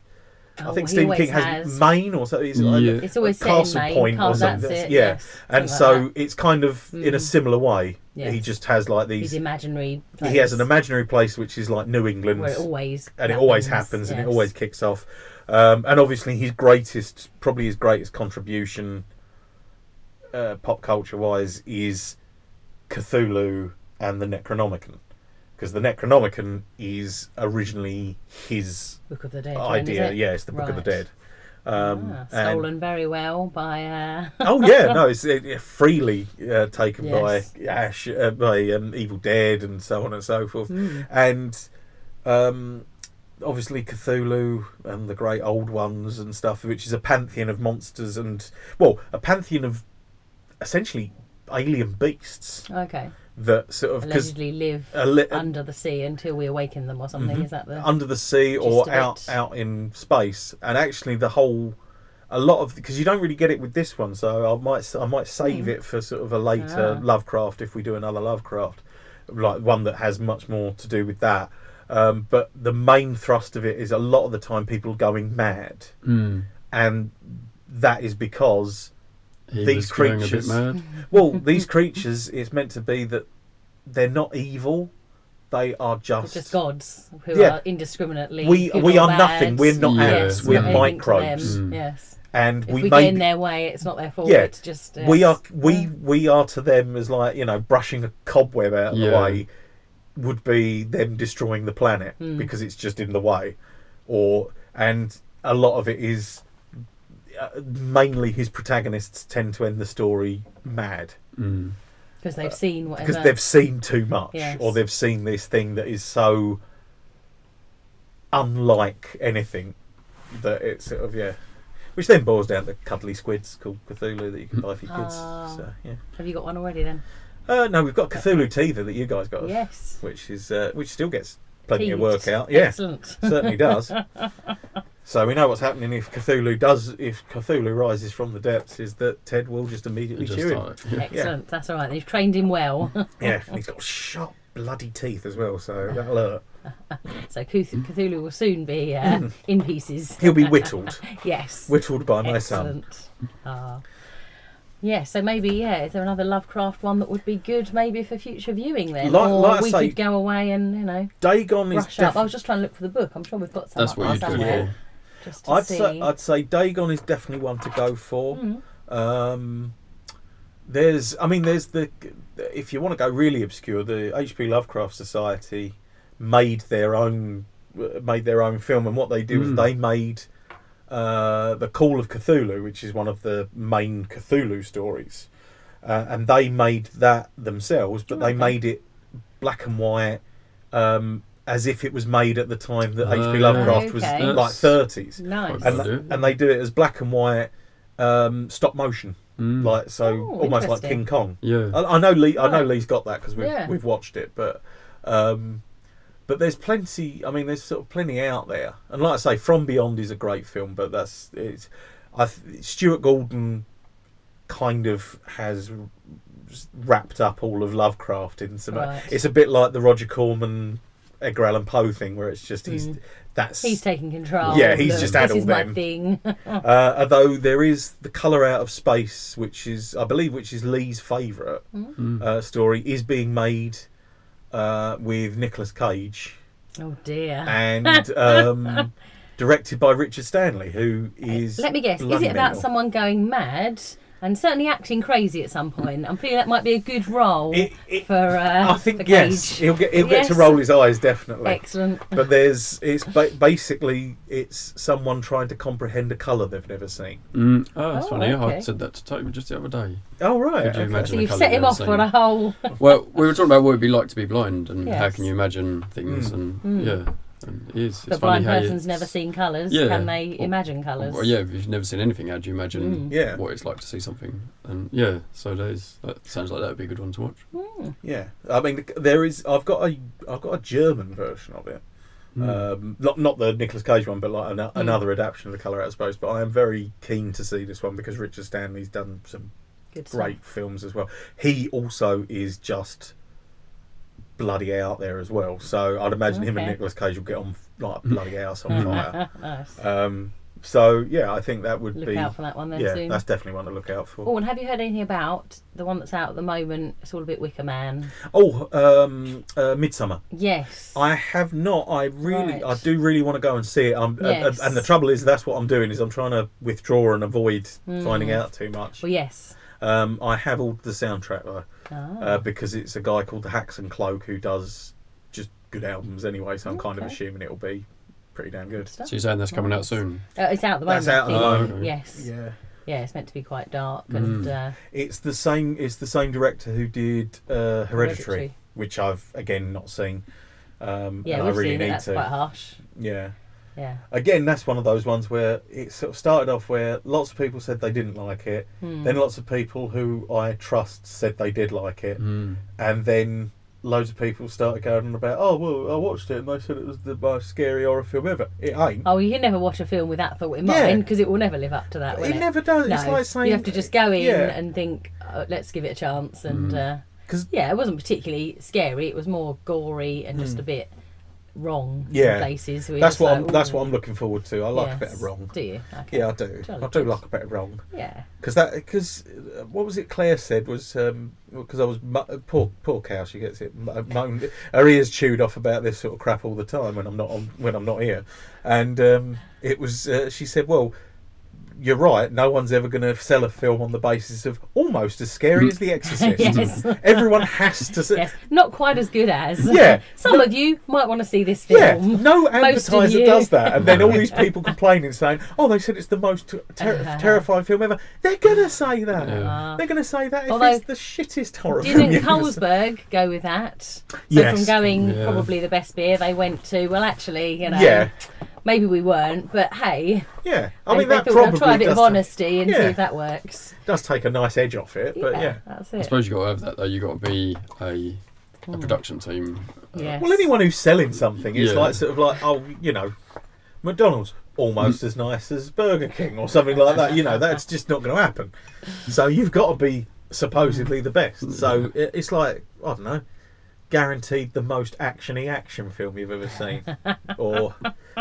A: Oh,
B: I think
A: he
B: Stephen
A: always
B: King has, Maine or something. Is it like-
C: Yeah.
A: It's always set
B: Castle
A: in Maine.
B: Point or
A: Castle-
B: something.
A: That's it.
B: Yeah.
A: Yes.
B: And
A: Something like
B: so it's kind of in a
A: Mm.
B: similar way.
A: Yes.
B: He just has like
A: that. His
B: these.
A: imaginary.
B: He has an
A: place
B: imaginary place which is like New England,
A: Where it always.
B: and it always happens and
A: yes.
B: it always kicks off. Um, and obviously, his greatest, probably his greatest contribution, uh, pop culture wise, is Cthulhu and the Necronomicon, because the Necronomicon is originally his
A: Book of the Dead.
B: idea.
A: is
B: Yeah, it's the Book of the
A: Right.
B: Dead. Um,
A: ah,
B: and-
A: stolen very well by. Uh,
B: oh yeah, no, it's it, it freely uh, taken
A: Yes.
B: by Ash, uh, by um, Evil Dead, and so on and so forth
A: mm.
B: and um, obviously Cthulhu and the great old ones and stuff, which is a pantheon of monsters and well, a pantheon of essentially alien beasts
A: Okay.
B: that sort of because uh,
A: Allegedly live under the sea until we awaken them or something.
B: Mhm.
A: Is that the?
B: under the sea
A: Just
B: or
A: a
B: out
A: bit.
B: out in space. And actually, the whole a lot of because you don't really get it with this one, so I might I might save
A: Mm.
B: it for sort of a later
A: Ah.
B: Lovecraft if we do another Lovecraft, like one that has much more to do with that. Um, but the main thrust of it is a lot of the time people going mad,
C: Mm.
B: and that is because
C: He
B: These
C: was going a bit
B: creatures.
C: mad.
B: well these creatures it's meant to be that they're not evil, they are
A: They're just gods who
B: Yeah.
A: are indiscriminately.
B: We-
A: good
B: we
A: or
B: are
A: bad.
B: nothing. We're not
C: ants. We're
A: not anything to them.
B: microbes.
C: Mm.
A: Yes.
B: and
A: If
B: we,
A: we,
B: may
A: get
B: be-
A: in their way, it's not their fault.
B: Yeah.
A: It's just uh,
B: we
A: yes.
B: are we
A: Yeah.
B: we are to them as like you know brushing a cobweb out of the
C: Yeah.
B: way would be them destroying the planet
A: Mm.
B: because it's just in the way or and a lot of it is uh, mainly his protagonists tend to end the story mad
C: Mm.
A: because they've seen whatever.
B: because uh, they've seen too much
A: Yes.
B: or they've seen this thing that is so unlike anything that it's sort of yeah which then boils down to cuddly squids called Cthulhu that you can buy for your kids.
A: Ah.
B: So yeah.
A: Have you got one already then?
B: Uh, no, we've got Cthulhu Teether that you guys got, us,
A: Yes.
B: which is uh, which still gets plenty of
A: Teethed.
B: work out. Yeah,
A: Excellent.
B: certainly does. So we know what's happening if Cthulhu does if Cthulhu rises from the depths is that Ted will just immediately
C: Just
B: chew him.
C: like- yeah.
A: Excellent. That's all right. They've trained him well.
B: Yeah, and he's got sharp bloody teeth as well, so that'll hurt.
A: so Cuth- Cthulhu will soon be uh, in pieces.
B: Mm-hmm. He'll be whittled,
A: Yes.
B: whittled by my son.
A: Excellent. Ah. Yeah, so maybe yeah, is there another Lovecraft one that would be good maybe for future viewing then?
B: Like-
A: or
B: like I
A: we
B: say-
A: could go away and, you know,
B: Dagon is
A: rush up. I was just trying to look for the book. I'm sure we've got some
C: That's
A: up
C: what
A: there
C: you do it
A: somewhere.
C: for.
A: Just to
B: I'd
A: see.
B: say I'd say Dagon is definitely one to go for.
A: Mm.
B: Um, there's, I mean, there's the. If you want to go really obscure, the H.P. Lovecraft Society made their own made their own film, and what they do is
C: Mm.
B: they made uh, the Call of Cthulhu, which is one of the main Cthulhu stories, uh, and they made that themselves, but
A: Oh,
B: they
A: okay.
B: made it black and white. Um, as if it was made at the time that
C: Oh,
B: H.P.
C: yeah.
B: Lovecraft was
A: Okay.
B: like 30s
A: Nice.
C: I'd
B: and,
C: love
B: th-
C: it.
B: and they do it as black and white um, stop motion
C: Mm.
B: like so
A: Oh,
B: almost like
A: interesting.
B: king kong
C: yeah.
B: I, I know lee i know
A: Right.
B: lee's got that because we've,
A: Yeah.
B: we've watched it but um, but there's plenty i mean there's sort of plenty out there and like i say from beyond is a great film but that's it's i th- stuart gordon kind of has wrapped up all of lovecraft in some
A: Right.
B: it's a bit like the roger corman edgar allan poe thing where it's just he's
A: Mm.
B: that's
A: He's taking control.
B: Yeah, he's
A: Look,
B: just
A: this
B: had
A: is
B: all
A: my
B: them.
A: thing.
B: Uh, although there is the color out of space, which is I believe which is Lee's favourite
C: Mm.
B: uh, story, is being made uh, with Nicolas Cage
A: Oh dear.
B: and um, directed by Richard Stanley, who is
A: Uh, Let me guess. Is
B: bloody
A: it about
B: mental.
A: someone going mad and certainly acting crazy at some point? I'm feeling that might be a good role
B: It- it-
A: for. Uh,
B: I think
A: for
B: yes,
A: Cage.
B: he'll get he'll get to
A: Yes.
B: roll his eyes definitely.
A: Excellent.
B: But there's it's ba- basically it's someone trying to comprehend a color they've never seen.
C: Mm. Oh, that's
A: Oh,
C: funny.
A: okay.
C: I said that to Toby just the other day.
B: Oh right,
C: Could you imagine?
A: So
C: the
A: you've
C: colour
A: set him
C: you're
A: off on
C: seeing.
A: a whole.
C: Well, we were talking about what it'd be like to be blind and how
A: Yes.
C: can you imagine things
B: Mm.
C: and
A: Mm.
C: yeah, and it is. It's
A: The
C: funny
A: blind
C: how
A: person's
C: it's-
A: never seen colours.
C: Yeah.
A: Can they
C: Or-
A: imagine colours?
C: Well, yeah, if you've never seen anything, how do you imagine
A: Mm.
B: Yeah.
C: what it's like to see something? And yeah, so that is that sounds like that would be a good one to watch.
A: Hmm.
B: Yeah, I mean there is. I've got a I've got a German version of it.
A: Mm.
C: Uh,
B: Um, not not the Nicolas Cage one, but like an, another adaptation of the Color Out of Space. But I am very keen to see this one because Richard Stanley's done some
A: Good stuff.
B: great films as well. He also is just bloody out there as well. So I'd imagine him and
A: Okay.
B: Nicolas Cage will get on f- like a bloody house on
C: Mm.
B: fire.
A: nice.
B: Um, so yeah, I think that would
A: Look
B: be
A: out for that one then
B: yeah,
A: soon.
B: that's definitely one to look out for.
A: Oh, and have you heard anything about the one that's out at the moment? It's all a bit Wicker Man.
B: Oh, um, uh, Midsummer.
A: Yes.
B: I have not. I really,
A: Right.
B: I do really want to go and see it. Um,
A: Yes.
B: and the trouble is, that's what I'm doing is I'm trying to withdraw and avoid
A: Mm.
B: finding out too much.
A: Well, yes.
B: Um, I have ordered the soundtrack though,
A: Ah.
B: uh, because it's a guy called the Hacks and Cloak who does just good albums anyway. So I'm kind of
A: Okay.
B: assuming it'll be pretty damn good.
A: stuff.
C: So you're saying that's coming out
A: Nice.
C: soon?
A: Uh, it's out at the moment.
B: That's out at
A: I
B: the
A: think.
C: moment.
A: Yes. Yeah.
B: Yeah, Mm.
A: it's meant to be quite dark and uh,
B: it's the same. It's the same director who did uh, Hereditary,
A: hereditary.
B: which I've again not seen. Um,
A: Yeah,
B: and
A: we've
B: I really
A: seen
B: need
A: it. That's
B: to.
A: quite harsh.
B: Yeah.
A: Yeah.
B: Again, that's one of those ones where it sort of started off where lots of people said they didn't like it,
A: Hmm.
B: then lots of people who I trust said they did like it,
C: Mm.
B: and then loads of people started going on about, oh well, I watched it and they said it was the most scary horror film ever. It ain't.
A: Oh, you can never watch a film with that thought in
B: Yeah.
A: mind because it will never live up to that. Will
B: it
A: it,
B: never does.
A: No,
B: It's like saying
A: you have to just go in
B: Yeah.
A: and think, oh, let's give it a chance. And uh,
B: 'Cause-
A: yeah, it wasn't particularly scary. It was more gory and just a bit wrong.
B: Mm. Yeah.
A: in places. where
B: That's
A: you're
B: what
A: just
B: I'm,
A: like,
B: that's
A: "Ooh."
B: what I'm looking forward to. I like a bit
A: Yes.
B: of wrong.
A: Do you? Okay.
B: Yeah, I do.
A: Jolly
B: I do
A: good.
B: like a bit of wrong.
A: Yeah.
B: Because that, because what was it? Claire said was because I was mu- uh, poor, poor cow. She gets it mo- moaned. Her ears chewed off about this sort of crap all the time when I'm not on, when I'm not here. And um, it was uh, she said, well, you're right. No one's ever going to sell a film on the basis of almost as scary as The Exorcist.
A: Mm. Yes.
B: Everyone has to. Say,
A: Yes. Not quite as good as.
B: Yeah.
A: Some of you might want to see this
B: Yeah,
A: film.
B: no
A: Most of
B: advertiser
A: you.
B: does that, and then all these people complaining, saying, "Oh, they said it's the most ter-
A: Uh-huh.
B: terrifying film ever." They're gonna say that.
C: Yeah.
A: Uh,
B: They're going to say that if
A: Although-
B: it's the shittest horror film.
A: Didn't
B: you've ever seen.
A: Carlsberg go with that? So
B: Yes.
A: from going
C: Yeah.
A: probably the best beer, they went to well, actually, you know,
B: Yeah.
A: maybe we weren't, but hey,
B: Yeah, I
A: they,
B: mean
A: they
B: that
A: thought
B: probably
A: they'll try a bit
B: does,
A: of honesty and see
B: Yeah.
A: if that works.
B: does take a nice edge off it, but yeah.
A: that's
C: I
A: it.
C: suppose you got to have that though. You got to be a,
A: Mm.
C: a production team. uh,
A: Yes.
B: Well, anyone who's selling something is
C: Yeah.
B: like sort of like oh, you know, McDonald's almost as nice as Burger King or something like that. You know, that's just not going to happen. So you've got to be supposedly the best. So i- it's like I don't know. Guaranteed the most actiony action film you've ever seen, or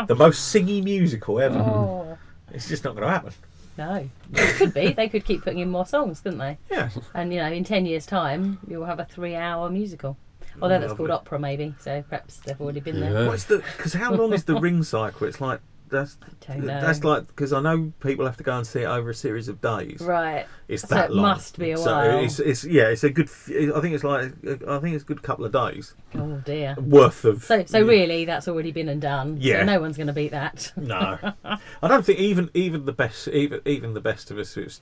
B: the most singy musical ever.
A: Oh
B: It's just not going to happen.
A: no, it could be. They could keep putting in more songs, couldn't they?
B: Yeah.
A: And you know, in ten years' time, you'll have a three-hour musical. Although that's called
B: Lovely.
A: opera, maybe. So perhaps they've already been there.
C: Yeah.
B: What's the? Because how long is the ring cycle? It's like that's
A: Don't know.
B: that's like because I know people have to go and see it over a series of days.
A: right.
B: It's
A: So
B: that
A: it
B: long.
A: must be a
B: so
A: while.
B: It's, it's yeah. It's a good. f- I think it's like I think it's a good couple of days
A: Oh dear.
B: worth of.
A: So, so really, that's already been and done.
B: Yeah.
A: So no one's going to beat that.
B: No, I don't think even even the best even even the best of us. It's,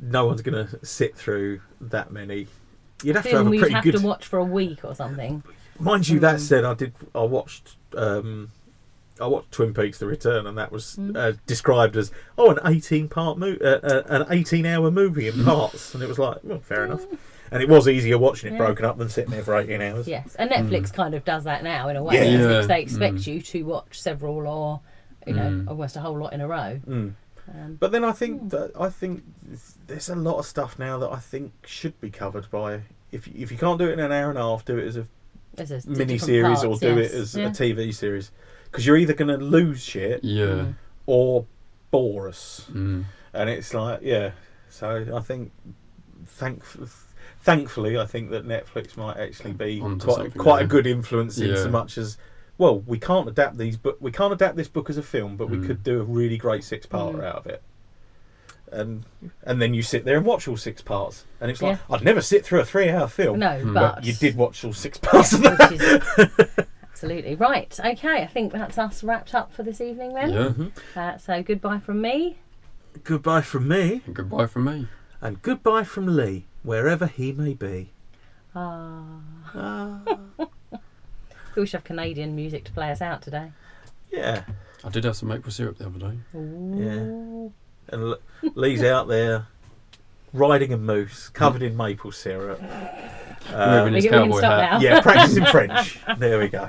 B: no one's gonna sit through that many. You'd have to have
A: Film
B: a
A: you'd
B: pretty
A: have
B: good.
A: to watch for a week or something.
B: Mind you,
A: Mm.
B: that said, I did. I watched. Um, I watched Twin Peaks: The Return, and that was
A: Mm.
B: uh, described as oh, an eighteen-part movie, uh, uh, an eighteen-hour movie
A: Mm.
B: in parts, and it was like, well, fair enough. And it was easier watching it
A: Yeah.
B: broken up than sitting there for eighteen hours.
A: Yes, and Netflix kind of does that now in a way.
B: Mm. Yeah.
A: doesn't it?
C: Yeah.
A: They expect
C: Mm.
A: you to watch several or you know
C: Mm.
A: almost a whole lot in a row.
B: Mm.
A: Um,
B: But then I think that I think there's a lot of stuff now that I think should be covered by. If you, if you can't do it in an hour and a half, do it as a
A: there's a
B: mini
A: different
B: series or
A: parts,
B: do
A: yes.
B: it as
A: Yeah.
B: a TV series, because you're either going to lose shit
A: Mm.
C: Yeah.
B: or bore us.
C: Mm.
B: and it's like yeah so i think thank thankfully i think that netflix might actually be
C: Onto
B: quite,
C: something
B: quite a
C: there.
B: good influence in
C: Yeah.
B: so much as well we can't adapt these but we can't adapt this book as a film but we
C: Mm.
B: could do a really great six parter
A: Mm.
B: out of it and and then you sit there and watch all six parts and it's like
A: Yeah.
B: i'd never sit through a three hour film
A: No,
C: Mm.
A: but,
B: but you did watch all six
A: Yeah,
B: parts of that
A: which is- absolutely right. Okay, I think that's us wrapped up for this evening then.
C: Yeah.
A: Uh, so goodbye from me.
B: goodbye from me
C: And goodbye from me.
B: and goodbye from lee wherever he may be
A: Ah,
B: Ah,
A: we should have Canadian music to play us out today.
B: yeah
C: I did have some maple syrup the other day.
A: Uh, Ooh.
B: and L- Lee's out there riding a moose covered in maple syrup.
C: Moving
B: Um,
A: We
C: his
A: can- we can
C: cowboy
A: stop
C: hat.
A: now.
B: yeah, practicing French. There we go.